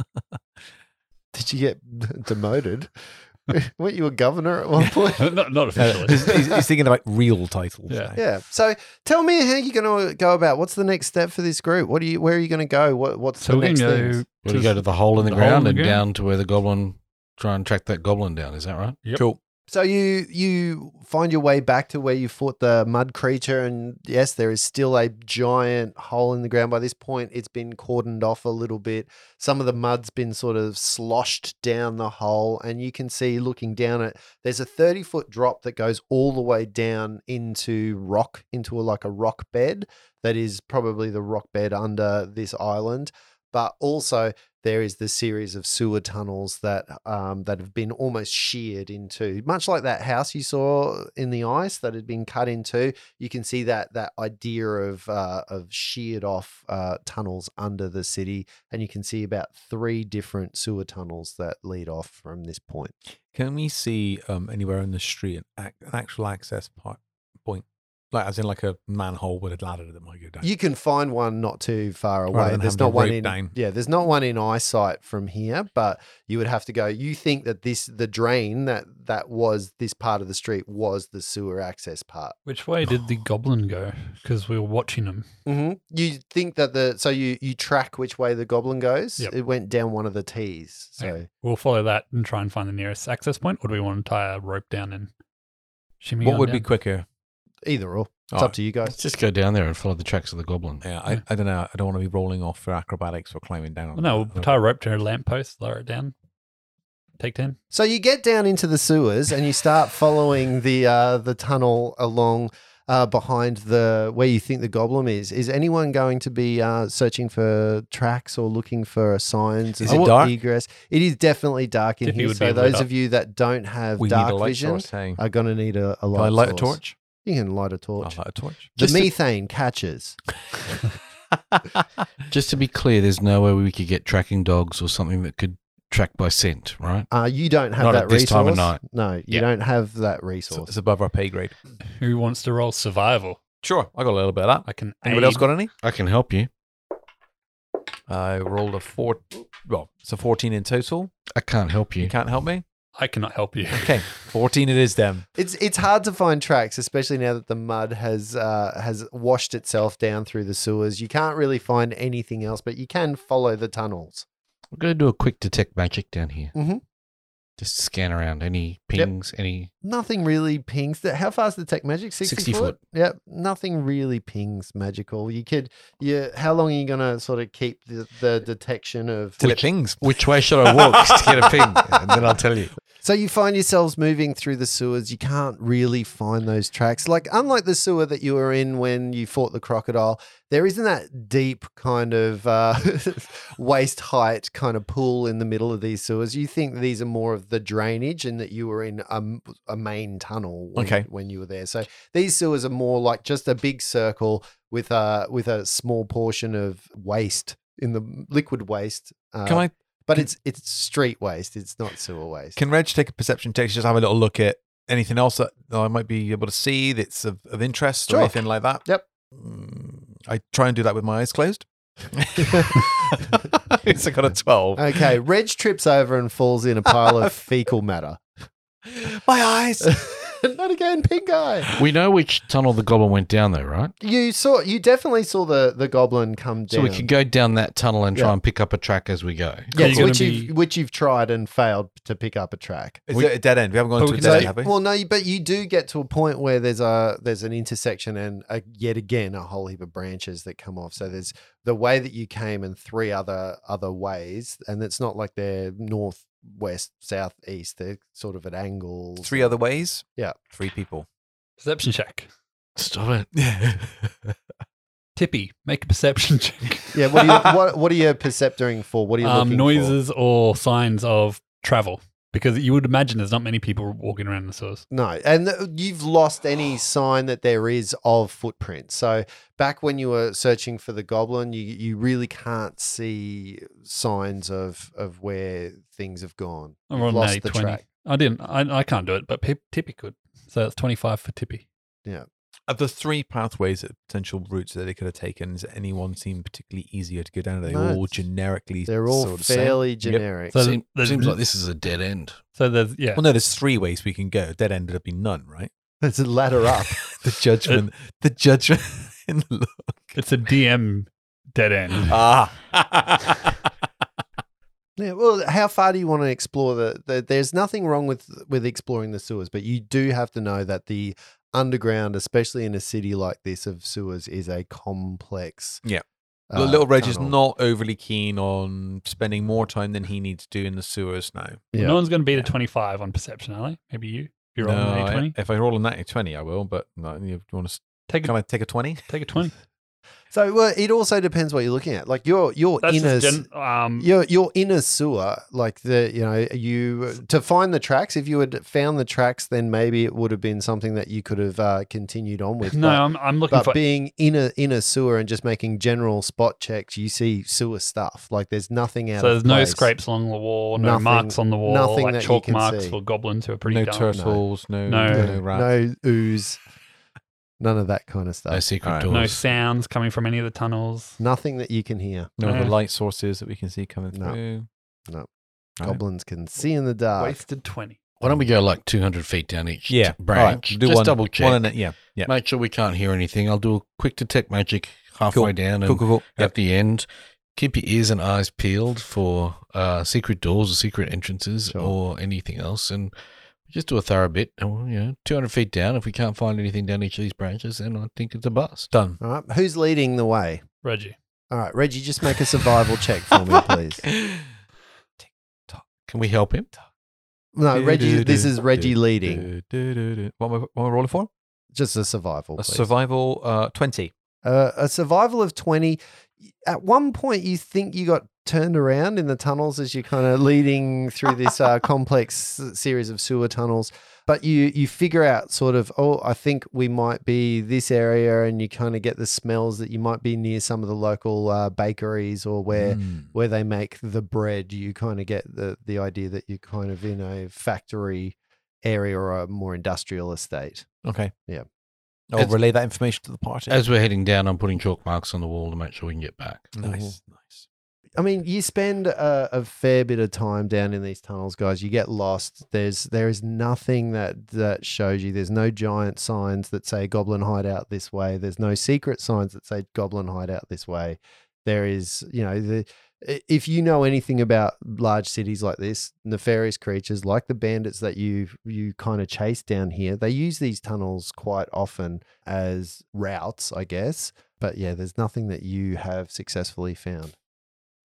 Did you get demoted? Weren't you a governor at one point? not, not officially. Uh, he's, he's thinking about real titles. Yeah. now. Yeah. So tell me how you're going to go about. What's the next step for this group? What do you? Where are you going to go? What? What's so the we can next go. thing? Well, you go to the hole in the, the hole in ground the and ground. down to where the goblin try and track that goblin down. Is that right? Yep. Cool. So you you find your way back to where you fought the mud creature, and yes, there is still a giant hole in the ground. By this point, it's been cordoned off a little bit. Some of the mud's been sort of sloshed down the hole, and you can see looking down it. There's a thirty foot drop that goes all the way down into rock, into a, like a rock bed that is probably the rock bed under this island. But also, there is the series of sewer tunnels that um, that have been almost sheared into, much like that house you saw in the ice that had been cut into. You can see that that idea of uh, of sheared off uh, tunnels under the city, and you can see about three different sewer tunnels that lead off from this point. Can we see um, anywhere on the street an, ac- an actual access part, point, like as in like a manhole with a ladder that might go down? You can find one not too far Rather away. than There's having to not one rope in down. yeah. There's not one in eyesight from here, but you would have to go. You think that this the drain that that was this part of the street was the sewer access part. Which way did the goblin go? Because we were watching him. Mm-hmm. You think that the so you you track which way the goblin goes. Yep. It went down one of the T's. So Okay. We'll follow that and try and find the nearest access point, or do we want to tie a rope down and shimmy? what on would be down? quicker? either or, it's Oh, up to you Let's guys. just go down there and follow the tracks of the goblin. Yeah, I, Yeah. I don't know. I don't want to be rolling off for acrobatics or climbing down. Well, on No, that. we'll tie a rope to a lamppost, lower it down. Take 10. So you get down into the sewers and you start following the uh, the tunnel along uh, behind the where you think the goblin is. Is anyone going to be uh, searching for tracks or looking for signs? Is of it dark? Egress? It is definitely dark in Tippy here. would So be lit those up. of you that don't have we dark need a light vision source. Hey, are going to need a, a Can light. I light a source. torch? You can light a I'll torch. light a torch. The Just to- methane catches. Just to be clear, there's no way we could get tracking dogs or something that could track by scent, right? Uh, you don't have Not that at this resource. time of night. No, you Yeah. don't have that It's, resource. it's above our pay grade. Who wants to roll survival? Sure, I got a little bit of that. I can. Anybody else aid- got any? I can help you. I rolled a four. Well, it's a fourteen in total. I can't help you. You can't help me. I cannot help you. Okay, fourteen it is then. It's it's hard to find tracks, especially now that the mud has uh, has washed itself down through the sewers. You can't really find anything else, but you can follow the tunnels. We're going to do a quick detect magic down here. Mm-hmm. Mhm. Just scan around any Yep. pings, any. Nothing really pings. That how fast the tech magic? 60, 60 foot? foot. Yep. Nothing really pings magical. You could. Yeah. How long are you gonna sort of keep the, the detection of? Till it pings. Which way should I walk to get a ping? And then I'll tell you. So you find yourselves moving through the sewers. You can't really find those tracks. Like unlike the sewer that you were in when you fought the crocodile, there isn't that deep kind of uh, waist height kind of pool in the middle of these sewers. You think these are more of the drainage, and that you were in a, m- a main tunnel when, Okay. when you were there. So these sewers are more like just a big circle with a with a small portion of waste in the liquid waste. Uh, Can I? but can- it's it's street waste. It's not sewer waste. Can Reg take a perception check to just have a little look at anything else that that I might be able to see that's of, of interest Sure. or anything like that? Yep. Mm, I try and do that with my eyes closed. it's I got a twelve. Okay, Reg trips over and falls in a pile of fecal matter. my eyes. Not again, pink eye. We know which tunnel the goblin went down, though, right? You saw, you definitely saw the the goblin come So down. we could go down that tunnel and try Yeah. and pick up a track as we go. Are you yes, gonna which be- you've which you've tried and failed to pick up a track. Is We- it a dead end? We haven't gone But to we a can dead end, say- have we? Well, no, but you do get to a point where there's a there's an intersection and a, yet again a whole heap of branches that come off. So there's the way that you came and three other other ways, and it's not like they're north, west, south, east. They're sort of at angles. Three other ways. Yeah. Three people. Perception check. Stop it. Tippy, make a perception check. Yeah. What are you, what, what are you perceptoring for? What are you um, looking for? noises or signs of travel. because you would imagine there's not many people walking around in the sewers. No, and th- you've lost any sign that there is of footprints. So back when you were searching for the goblin, you you really can't see signs of of where things have gone. I'm You've on lost a the 20. track. I didn't. I, I can't do it, but Pip, Tippy could. So that's 25 for Tippy. Of the three pathways, that potential routes that they could have taken, does anyone seem particularly easier to go down? Are they No, all it's- generically They're all sort of same? fairly Yep. generic. So Seem- there's- seems like this is a dead end. So there's yeah. Well, no, there's three ways we can go. Dead end would have been none, right? It's a ladder up. The judgment, Uh, the judgment in the look. It's a DM dead end. Ah, Ah. yeah, well, how far do you want to explore the, the? There's nothing wrong with with exploring the sewers, but you do have to know that the underground, especially in a city like this of sewers, is a complex. Yeah. uh, Little Reg is tunnel. not overly keen on spending more time than he needs to in the sewers now. Yeah. No one's going to beat a 25 on perception, are they? Maybe you. If you're No, on a I- 20. if I roll a nat twenty, I will. But no, you want to Take can a, I take a twenty? take a 20. So well, it also depends what you're looking at. Like your your That's inner just gen- um, mm. your your inner sewer, like the you know you to find the tracks. If you had found the tracks, then maybe it would have been something that you could have uh, continued on with. No, but, I'm, I'm looking but for. being in a in a sewer and just making general spot checks, you see sewer stuff. Like there's nothing out. So there's of no place. scrapes along the wall, no Nothing- marks on the wall, nothing like that you chalk can marks see. for goblins who are pretty No dumb. turtles, no No. no, No, rats. no ooze, none of that kind of stuff. No secret Alright. doors. no sounds coming from any of the tunnels. nothing that you can hear. No other Yeah. light sources that we can see coming No. through. Right. Goblins can see in the dark. Wasted 20. Why don't we go like 200 feet down each Yeah, branch? all right, Do Just one, double one check. and a- yeah, yeah. Make sure we can't hear anything. I'll do a quick detect magic halfway down and Cool, cool, cool. at the end. Keep your ears and eyes peeled for uh, secret doors or secret entrances Sure. or anything else, and just do a thorough bit. And well, you know, two hundred feet down, if we can't find anything down each of these branches, then I think it's a bust. Done. All right, who's leading the way? Reggie. All right, Reggie, just make a survival check for me, please. Can we help him? No, Reggie, this is Reggie leading. leading. What am I, what am I rolling for? Just a survival, A please. survival uh, 20. uh, a survival of 20. At one point, you think you got turned around in the tunnels as you're kind of leading through this uh, complex s- series of sewer tunnels. But you, you figure out sort of, oh, I think we might be this area, and you kind of get the smells that you might be near some of the local uh, bakeries or where Mm. where they make the bread, you kind of get the the idea that you're kind of in a factory area or a more industrial estate. Okay. Yeah. I'll As- relay that information to the party. As we're heading down, I'm putting chalk marks on the wall to make sure we can get back. Mm. nice, nice. I mean, you spend a, a fair bit of time down in these tunnels, guys. You get lost. There's there is nothing that that shows you. There's no giant signs that say Goblin Hideout this way. There's no secret signs that say Goblin Hideout this way. There is, you know, the i- if you know anything about large cities like this, nefarious creatures like the bandits that you you kind of chase down here, they use these tunnels quite often as routes, I guess. But yeah, there's nothing that you have successfully found.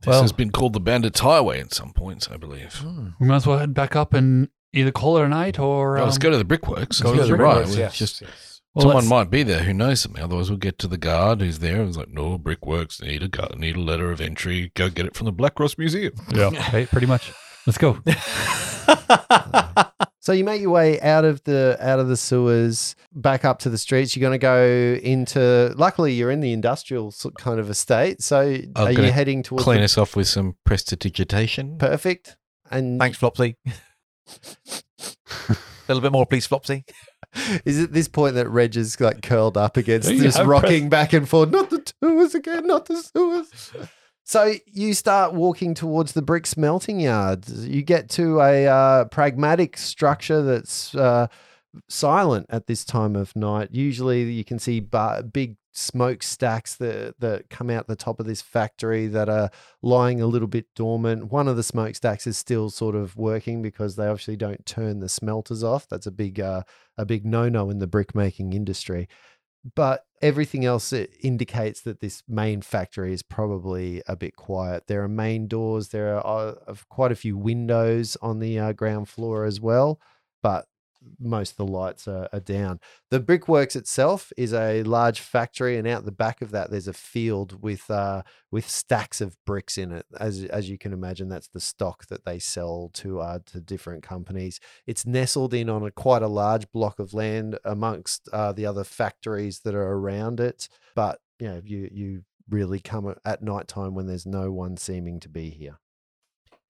This Well- has been called the Bandits Highway at some points, I believe. We might as well head back up and either call it a night or. Well, let's um, go to the brickworks. Go to the You're brickworks, right. We've just well, Someone let's- might be there who knows something. Otherwise, we'll get to the guard who's there. and It's like, no, brickworks need a gu- need a letter of entry. Go get it from the Black Cross Museum. Yeah, okay, pretty much. Let's go. So you make your way out of the out of the sewers, back up to the streets. You're going to go into. Luckily, you're in the industrial sort- kind of estate. So are you gonna heading towards Clean the- us off with some prestidigitation. perfect? And Thanks, Flopsy. A little bit more, please, Flopsy. is it this point that Reg is like curled up against There you just have rocking back and forth? Not the sewers again, not the sewers. So you start walking towards the brick smelting yard. You get to a uh, pragmatic structure that's uh, silent at this time of night. Usually you can see ba- big smoke stacks that, that come out the top of this factory that are lying a little bit dormant. One of the smokestacks is still sort of working because they obviously don't turn the smelters off. That's a big uh, a big no-no in the brickmaking industry. But everything else i- indicates that this main factory is probably a bit quiet. There are main doors. There are uh, of quite a few windows on the uh, ground floor as well, but most of the lights are, are down. The brickworks itself is a large factory, and out the back of that, there's a field with uh, with stacks of bricks in it. As as you can imagine, that's the stock that they sell to uh, to different companies. It's nestled in on a quite a large block of land amongst uh, the other factories that are around it. But you know, you you really come at- at night time when there's no one seeming to be here.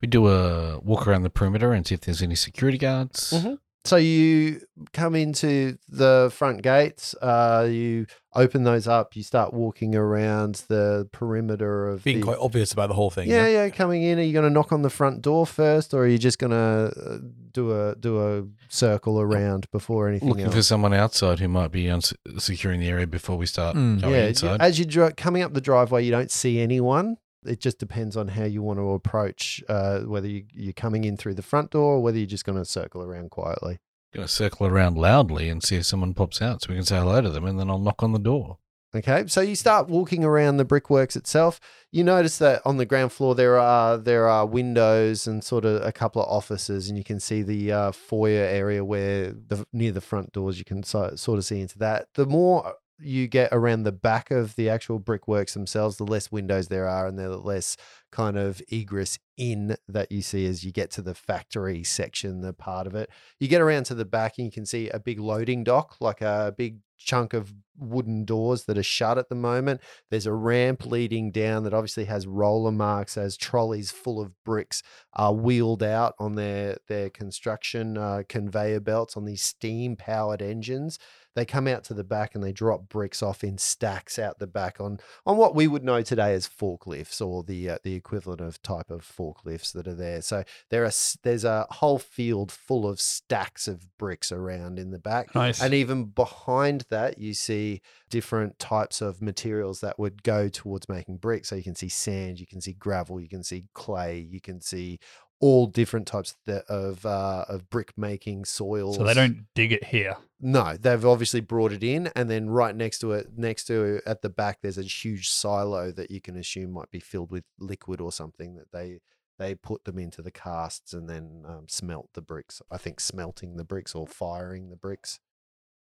We do a walk around the perimeter and see if there's any security guards. Mhm. So you come into the front gates, uh, you open those up, you start walking around the perimeter of Being the, quite obvious about the whole thing. yeah, yeah, coming in. Are you going to knock on the front door first, or are you just going to do a do a circle around before anything Looking else? for someone outside who might be uns- securing the area before we start Mm. going yeah, you- inside. as you're dri- coming up the driveway, you don't see anyone. It just depends on how you want to approach, uh, whether you, you're coming in through the front door or whether you're just going to circle around quietly. Going to circle around loudly and see if someone pops out, so we can say hello to them, and then I'll knock on the door. Okay, so you start walking around the brickworks itself. You notice that on the ground floor there are there are windows and sort of a couple of offices, and you can see the uh, foyer area where the near the front doors you can so, sort of see into that. The more you get around the back of the actual brickworks themselves, the less windows there are, and the less kind of egress in that you see as you get to the factory section, the part of it you get around to the back and you can see a big loading dock, like a big chunk of wooden doors that are shut at the moment. There's a ramp leading down that obviously has roller marks as trolleys full of bricks are wheeled out on their their construction uh, conveyor belts on these steam powered engines. They come out to the back and they drop bricks off in stacks out the back on on what we would know today as forklifts or the uh, the equivalent of type of forklifts that are there. So there are s- there's a whole field full of stacks of bricks around in the back. Nice. And even behind that, you see different types of materials that would go towards making bricks. So you can see sand, you can see gravel, you can see clay, you can see all different types th- of uh, of brick making soils. so they don't dig it here. No, they've obviously brought it in, and then right next to it, next to at the back, there's a huge silo that you can assume might be filled with liquid or something that they they put them into the casts and then um, smelt the bricks. I think smelting the bricks or firing the bricks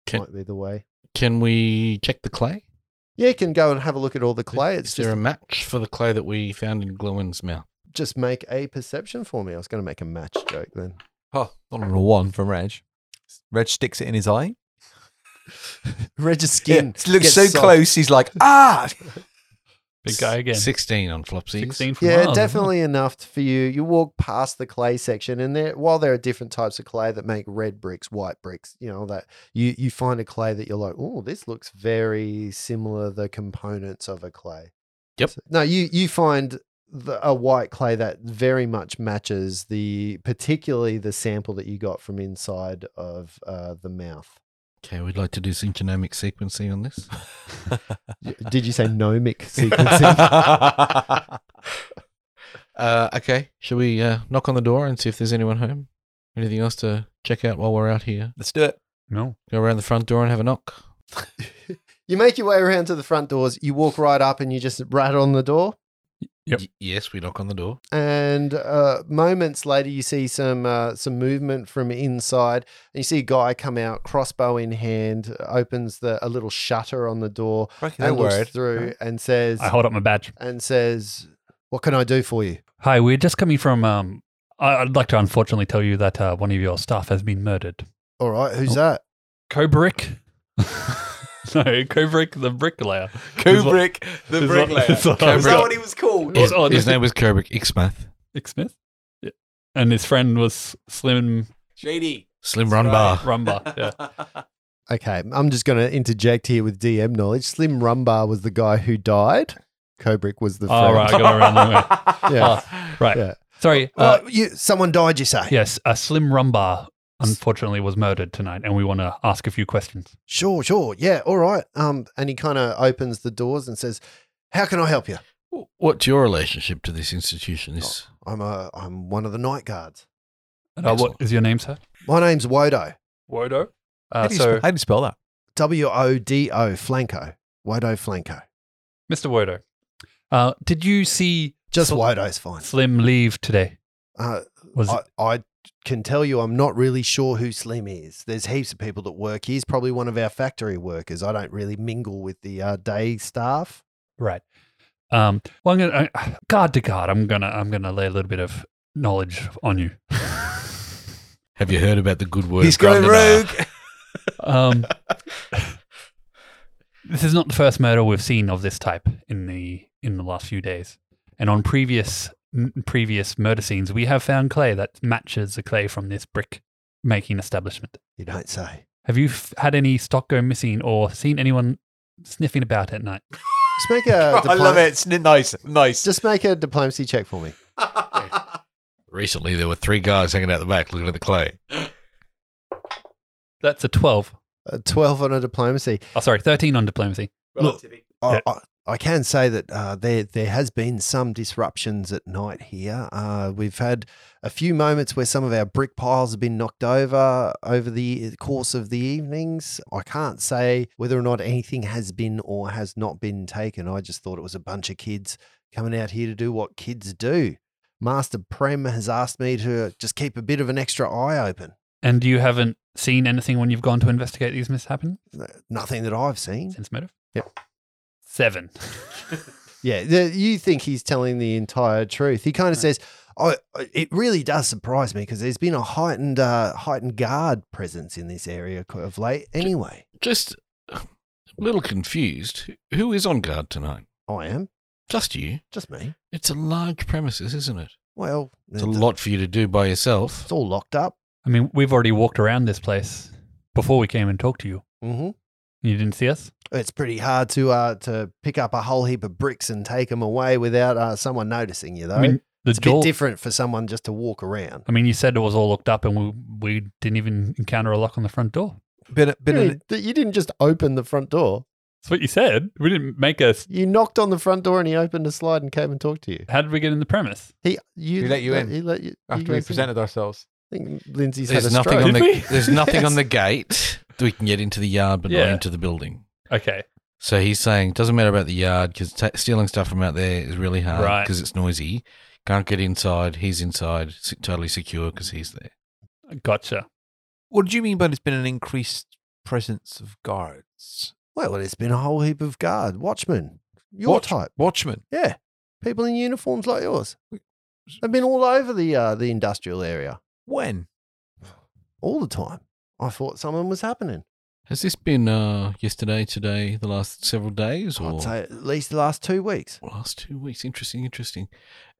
Can- might be the way. Can we check the clay? Yeah, you can go and have a look at all the clay. It's Is there just a match for the clay that we found in Gluin's mouth? just make a perception for me. I was going to make a match joke then. Oh, honorable one from Reg. Reg sticks it in his eye. Reg's skin Yeah, it looks gets so soft. close. He's like, ah. Big guy again. Sixteen on Flopsy. 16 from Yeah, Mars, isn't it? definitely enough for you. You walk past the clay section, and there, while there are different types of clay that make red bricks, white bricks, you know that you you find a clay that you're like, oh, this looks very similar. The components of a clay. Yep. So- no, you you find the, a white clay that very much matches the particularly the sample that you got from inside of uh, the mouth. Okay, we'd like to do some genomic sequencing on this. Y- Did you say gnomic sequencing? Uh, okay, shall we uh, knock on the door and see if there's anyone home? Anything else to check out while we're out here? Let's do it. No. Go around the front door and have a knock. you make your way around to the front doors. You walk right up, and you just rattle on the door. Yep. Y- yes, we knock on the door. and uh, moments later you see some uh, some movement from inside and you see a guy come out crossbow in hand opens the a little shutter on the door No and word. looks through and says I hold up my badge. and says what can i do for you Hi, we're just coming from. Um, I- I'd like to unfortunately tell you that uh, one of your staff has been murdered. all right who's that Kubrick? no, Kubrick the bricklayer. Kubrick, the Is what- bricklayer. is Is what I that was- what he was called? His, It's odd. his name was Kubrick Ixmath. Nick Smith? Yeah. And his friend was Slim Shady. Slim That's Run right. Bar. Rumba. Yeah. okay i'm just going to interject here with dm knowledge slim rumbar was the guy who died kobrick was the All friend. right, I got around that way. Yeah. Right. Yeah. Sorry. Uh, Uh, you, someone died you say yes, uh, Slim Rumba unfortunately was murdered tonight, and we want to ask a few questions. sure sure yeah all right um and he kind of opens the doors and says how can i help you W- What's your relationship to this institution? This I'm a I'm one of the night guards. Uh, what Excellent. is your name, sir? My name's Wodo. Wodo. How Uh, do you sp- so, how do you spell that? W O D O Flanco. Wodo Flanco. Mr. Wodo, uh, did you see Just Sl- Wodo's fine. Slim leave today? Uh, Was I, I can tell you I'm not really sure who Slim is. There's heaps of people that work. He's probably one of our factory workers. I don't really mingle with the uh, day staff. Right. Um, well, I'm gonna I, God to God, I'm gonna I'm gonna lay a little bit of knowledge on you. Have you heard about the good word? He's going Grundenaar? rogue. um, this is not the first murder we've seen of this type in the in the last few days, and on previous m- previous murder scenes, we have found clay that matches the clay from this brick making establishment. You don't say. Have you f- had any stock go missing or seen anyone sniffing about at night? Just make a. I love diplo- it. It's n- nice. Nice. Just make a diplomacy check for me. Recently, there were three guys hanging out the back looking at the clay. That's a twelve. A Uh, Twelve on a diplomacy. Oh, sorry, thirteen on diplomacy. Look, I, Yeah. I, I can say that uh, there there has been some disruptions at night here. Uh, we've had a few moments where some of our brick piles have been knocked over over the e, course of the evenings. I can't say whether or not anything has been or has not been taken. I just thought it was a bunch of kids coming out here to do what kids do. Master Prem has asked me to just keep a bit of an extra eye open. And you haven't seen anything when you've gone to investigate these mishappen Nothing that I've seen. since murder? Yep. Seven. Yeah, the, you think he's telling the entire truth. He kind of says, "Oh, it really does surprise me because there's been a heightened, uh, heightened guard presence in this area co- of late." Anyway, Just a little confused. Who is on guard tonight? I am Just you. just me. It's a large premises, isn't it? Well, It's a lot for you to do by yourself. It's all locked up. I mean, we've already walked around this place before we came and talked to you. hmm You didn't see us? It's pretty hard to uh, to pick up a whole heap of bricks and take them away without uh, someone noticing you, though. I mean, the it's a door. bit different for someone just to walk around. I mean, you said it was all locked up and we, we didn't even encounter a lock on the front door. Been, a- been you, an, didn't- you didn't just open the front door. That's what you said. We didn't make us. You knocked on the front door and he opened the slide and came and talked to you. How did we get in the premise? He, you, He let you in He let you. you after guys we in. presented ourselves. I think Lindsay's There's had a nothing stroke. on Did the we? there's nothing on Yes. the gate that we can get into the yard, but not Yeah. into the building. Okay. So he's saying doesn't matter about the yard because ta stealing stuff from out there is really hard Right. because it's noisy. Can't get inside. He's inside, s- totally secure because he's there. Gotcha. What do you mean by there's been an increased presence of guards? Well, there's been a whole heap of guard watchmen, your Watch- type, Watchmen. yeah, people in uniforms like yours. They've been all over the uh, the industrial area When? all the time. I thought something was happening. Has this been uh, yesterday, today, the last several days, or I'd say at least the last two weeks. last two weeks? Interesting, interesting.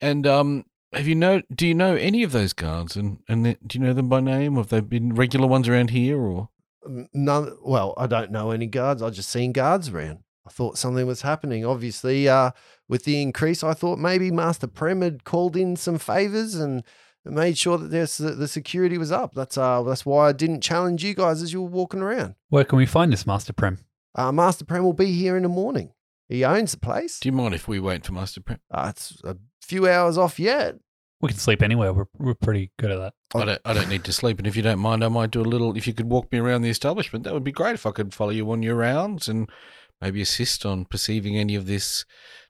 And um, have you know? Do you know any of those guards? And and the, do you know them by name? Have they been regular ones around here, or N- None. Well, I don't know any guards. I just seen guards around. I thought something was happening. Obviously, uh, with the increase, I thought maybe Master Prem had called in some favors and made sure that there's, the security was up. That's uh, that's why I didn't challenge you guys as you were walking around. Where can we find this Master Prem? Uh, Master Prem will be here in the morning. He owns the place. do you mind if we wait for Master Prep? Uh, it's a few hours off yet. We can sleep anywhere. We're, we're pretty good at that. Oh. I don't. I don't need to sleep, and if you don't mind, I might do a little. If you could walk me around the establishment, that would be great. If I could follow you on your rounds and maybe assist on perceiving any of this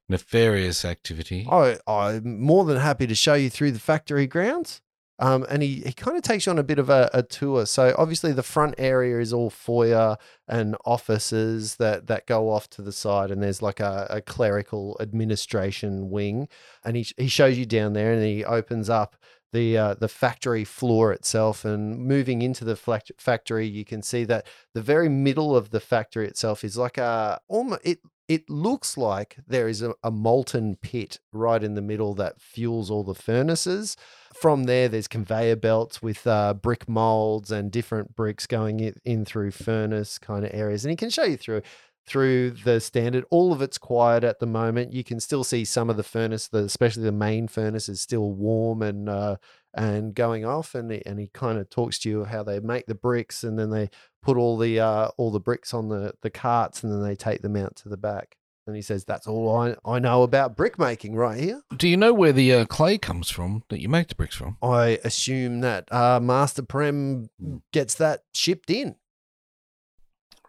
nefarious activity. I, Oh, I'm more than happy to show you through the factory grounds. Um, and he, he kind of takes you on a bit of a, a tour. So obviously the front area is all foyer and offices that, that go off to the side, and there's like a, a clerical administration wing. And he he shows you down there, and he opens up the uh, the factory floor itself. And moving into the flact- factory, you can see that the very middle of the factory itself is like a almost it it looks like there is a, a molten pit right in the middle that fuels all the furnaces. From there, there's conveyor belts with uh, brick molds and different bricks going in, in through furnace kind of areas, and he can show you through through the standard. All of it's quiet at the moment. You can still see some of the furnace, the, especially the main furnace, is still warm and uh, and going off. And he, and he kind of talks to you how they make the bricks, and then they put all the uh, all the bricks on the the carts, and then they take them out to the back. And he says, "That's all I I know about brick making right here." Do you know where the uh, clay comes from that you make the bricks from? I assume that uh, Master Prem Hmm. gets that shipped in.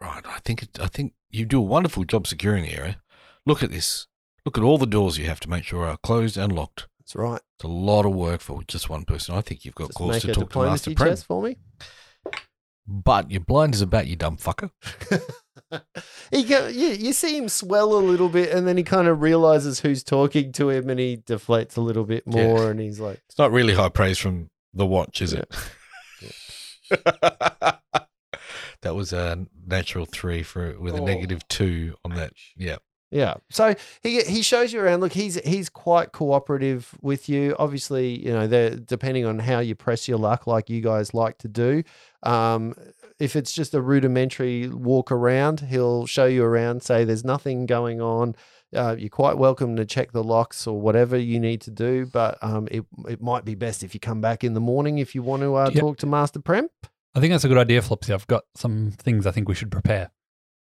Right. I think. It, I think you do a wonderful job securing the area. Look at this. Look at all the doors you have to make sure are closed and locked. That's right. It's a lot of work for just one person. I think you've got Just cause make to a talk to Master diplomacy Prim. test for me. But you're blind as a bat, you dumb fucker. He go, you, you see him swell a little bit, and then he kind of realizes who's talking to him, and he deflates a little bit Yeah. more, and he's like, It's not really high praise from the watch, is it? that was a natural three for with a Oh. negative two on that. Yeah. Yeah. So he he shows you around. Look, he's he's quite cooperative with you. Obviously, you know, they're depending on how you press your luck, like you guys like to do. Um, if it's just a rudimentary walk around, he'll show you around, say there's nothing going on. Uh, you're quite welcome to check the locks or whatever you need to do, but um, it it might be best if you come back in the morning if you want to uh, Yep. talk to Master Prem. I think that's a good idea, Flopsy. I've got some things I think we should prepare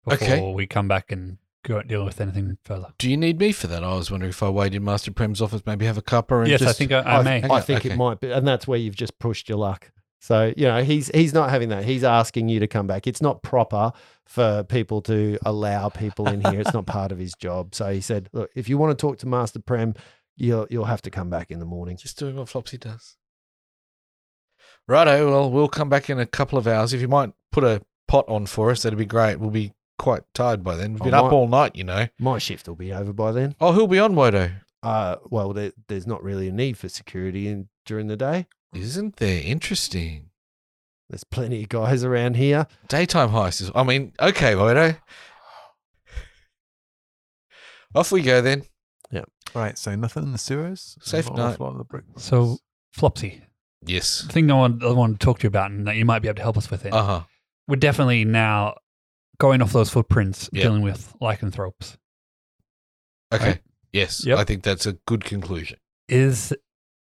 before Okay. we come back and go and deal with anything further. Do you need me for that? I was wondering if I waited in Master Prem's office, maybe have a cuppa and yes, I just- think I, I may. hang I on, think it okay. might be, and that's where you've just pushed your luck. So you know he's he's not having that. He's asking you to come back. It's not proper for people to allow people in here. It's not part of his job. So he said, look, if you want to talk to Master Prem, you'll you'll have to come back in the morning. Just doing what Flopsy does. Righto, well, we'll come back in a couple of hours. If you might put a pot on for us, that'd be great. We'll be quite tired by then. We've been I up might- all night, you know. My shift will be over by then. Oh, who'll be on Wodo? Uh, well, there, there's not really a need for security in, during the day. Isn't there interesting? There's plenty of guys around here. Daytime heist is. I mean, okay, Wodo. Off we go then. Right, so nothing in the sewers. Safe Not an night. awful lot in the brick. So, Flopsy, Yes. the thing I want, I want to talk to you about and that you might be able to help us with it. Uh huh. We're definitely now going off those footprints, Yeah. dealing with lycanthropes. Okay. Right. Yes. Yep. I think that's a good conclusion. is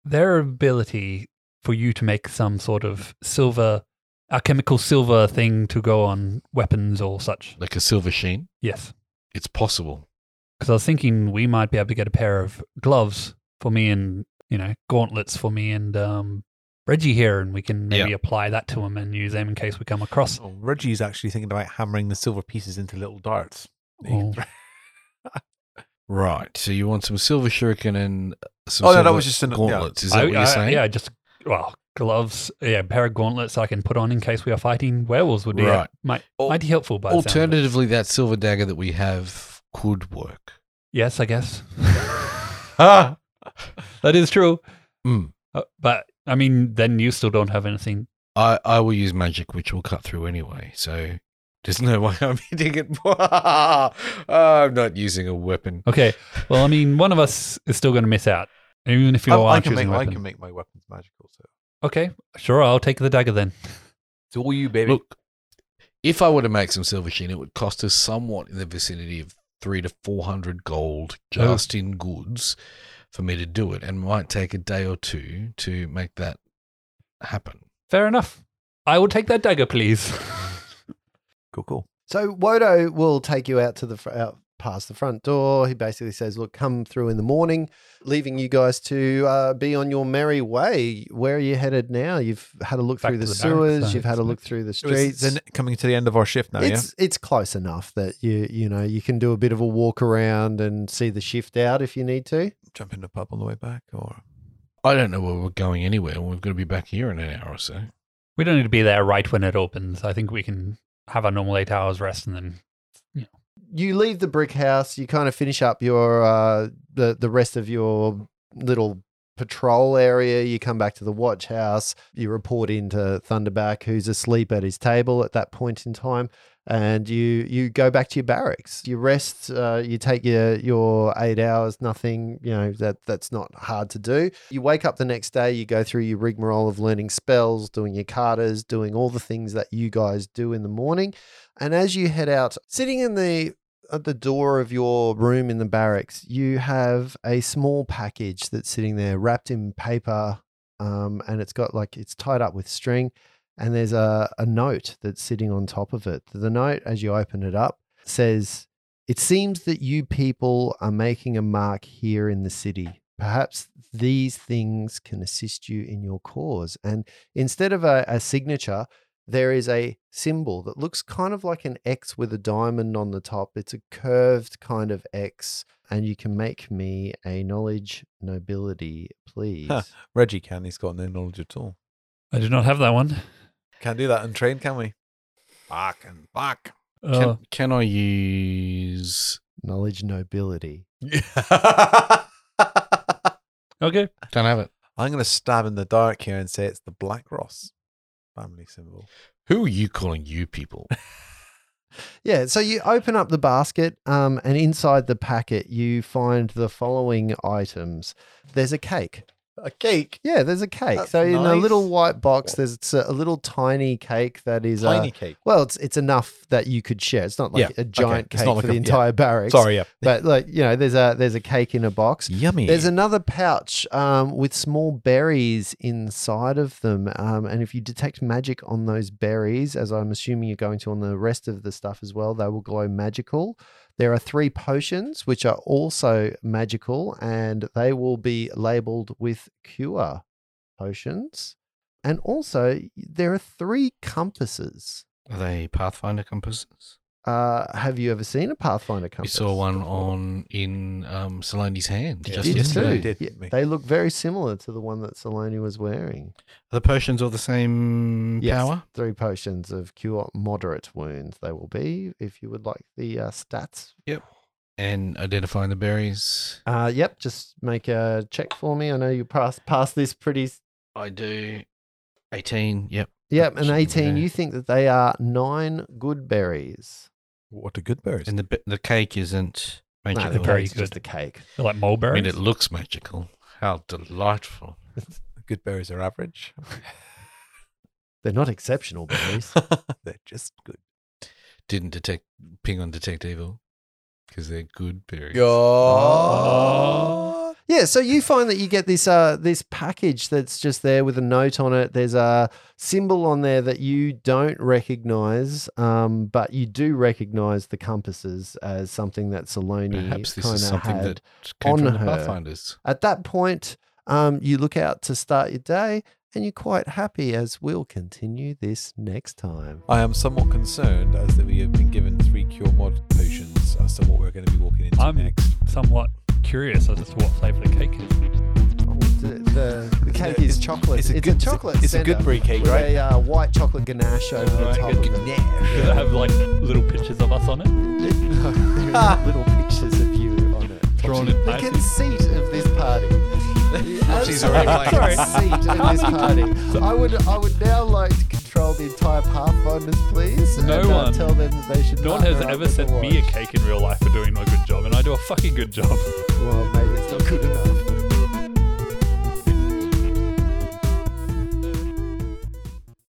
their ability for you to make some sort of silver alchemical silver thing to go on weapons or such Like a silver sheen. yes It's possible. because i was thinking we might be able to get a pair of gloves for me and you know gauntlets for me and um reggie here and we can maybe apply that to him and use them in case we come across Oh, Reggie's actually thinking about hammering the silver pieces into little darts. Oh. Right. So you want some silver shuriken and some Oh, no, that silver was just an- yeah. gauntlets. Is that I- what you're I- saying? yeah just well gloves yeah a pair of gauntlets i can put on in case we are fighting werewolves would be uh, Right. might, Al- might be helpful by the sound of it. Alternatively, that silver dagger that we have could work. yes i guess Ah! that is true Mm. Uh, but I mean, then you still don't have anything. I, I will use magic, which will cut through anyway. So there's no way I'm hitting it. I'm not using a weapon. Okay. Well, I mean, one of us is still going to miss out, even if you Um, are I, can choosing make, a I weapon. can make my weapons magical. So Okay, sure. I'll take the dagger then. it's all you, baby. Look, if I were to make some silver sheen, it would cost us somewhat in the vicinity of three to four hundred gold Oh. just in goods for me to do it, and might take a day or two to make that happen. Fair enough. I will take that dagger, please. cool, cool. So Wodo will take you out to the fr- out past the front door. He basically says, "Look, come through in the morning," leaving you guys to uh, be on your merry way. Where are you headed now? You've had a look Back through the, to the barracks, sewers. I You've had a look expect. through the So it's streets. the n- coming to the end of our shift now, yeah? It's it's close enough that you you know you can do a bit of a walk around and see the shift out if you need to. Jump in the pub on the way back, or I don't know where we're going anywhere. We're going to be back here in an hour or so. we don't need to be there right when it opens. I think we can have our normal eight hours rest and then. You leave the brick house. You kind of finish up your uh, the the rest of your little patrol area. You come back to the watch house. You report into Thunderback, who's asleep at his table at that point in time, and you you go back to your barracks. You rest. Uh, you take your your eight hours. Nothing. You know that that's not hard to do. You wake up the next day. You go through your rigmarole of learning spells, doing your carters, doing all the things that you guys do in the morning. And as you head out, sitting in the at the door of your room in the barracks, you have a small package that's sitting there wrapped in paper um, and it's got like it's tied up with string and there's a, a note that's sitting on top of it. The note, as you open it up, says, It seems that you people are making a mark here in the city. Perhaps these things can assist you in your cause. And instead of a, a signature, there is a symbol that looks kind of like an X with a diamond on the top. It's a curved kind of X. And you can make me a knowledge nobility, please. Huh. Reggie can. He's got no knowledge at all. I do not have that one. Can't do that untrained, can we? Fuck and fuck. Can, Uh, can I use? Knowledge nobility. okay. Don't have it. I'm going to stab in the dark here and say it's the Black Ross family symbol. Who are you calling you people? Yeah, so you open up the basket, um, and inside the packet, you find the following items. There's a cake. A cake. Yeah, there's a cake. That's so in a little nice. white box, there's it's a, a little tiny cake that is uh, Tiny cake. well, it's it's enough that you could share. It's not like Yeah, a giant It's cake not for like the a- yeah. entire barracks. Sorry, yeah. but like you know, there's a there's a cake in a box. Yummy. There's another pouch um, with small berries inside of them. Um, and if you detect magic on those berries, as I'm assuming you're going to on the rest of the stuff as well, they will glow magical. There are three potions, which are also magical, and they will be labeled with cure potions. And also, there are three compasses. Are they Pathfinder compasses? Uh, have you ever seen a Pathfinder We compass? saw one on in um, Salone's hand Yeah, just did yesterday. too. didn't Yeah, we? they look very similar to the one that Saloni was wearing. Are the potions all the same power? Three potions of cure moderate wounds. They will be if you would like the uh, stats. And identifying the berries. Uh, yep, just make a check for me. I know you passed pass this pretty. s- I do. 18. Yep. Yep, an Should be 18. there. You think that they are nine good berries. What a good berries. And the be- the cake isn't No, magical. the very berries are just good. a cake. They're like I mulberries. mean, it looks magical. How delightful. The good berries are average. They're not exceptional berries. They're just good. Didn't detect ping on detect evil because they're good berries. Oh. yeah, so you find that you get this uh, this package that's just there with a note on it. There's a symbol on there that you don't recognize, um, but you do recognize the compasses as something that Saloni Perhaps this kinda is something had. that came on from the her. Pathfinders. At that point, um, you look out to start your day and you're quite happy as we'll continue this next time. I am somewhat concerned as that we have been given three cure mod potions as to what we're going to be walking into I'm next. somewhat curious as to what flavor the cake is. Oh, The, the, the cake is chocolate. It's a, good- it's a- chocolate. it's a centre Goodberry cake, with right? A uh, white chocolate ganache over the Alright, top. good of it. Does it have like little pictures of us on it? There are little pictures of you on it. Drawn in The pencil? conceit of this party. The She's already absolute playing. conceit of this party. I would, I would now like to control the entire Pathfinders, please. No and, uh, one- tell them that they should. No Uh, one has partner up ever with the sent me a watch. cake in real life for doing my good job, and I do a fucking good job. Well, maybe it's not good enough.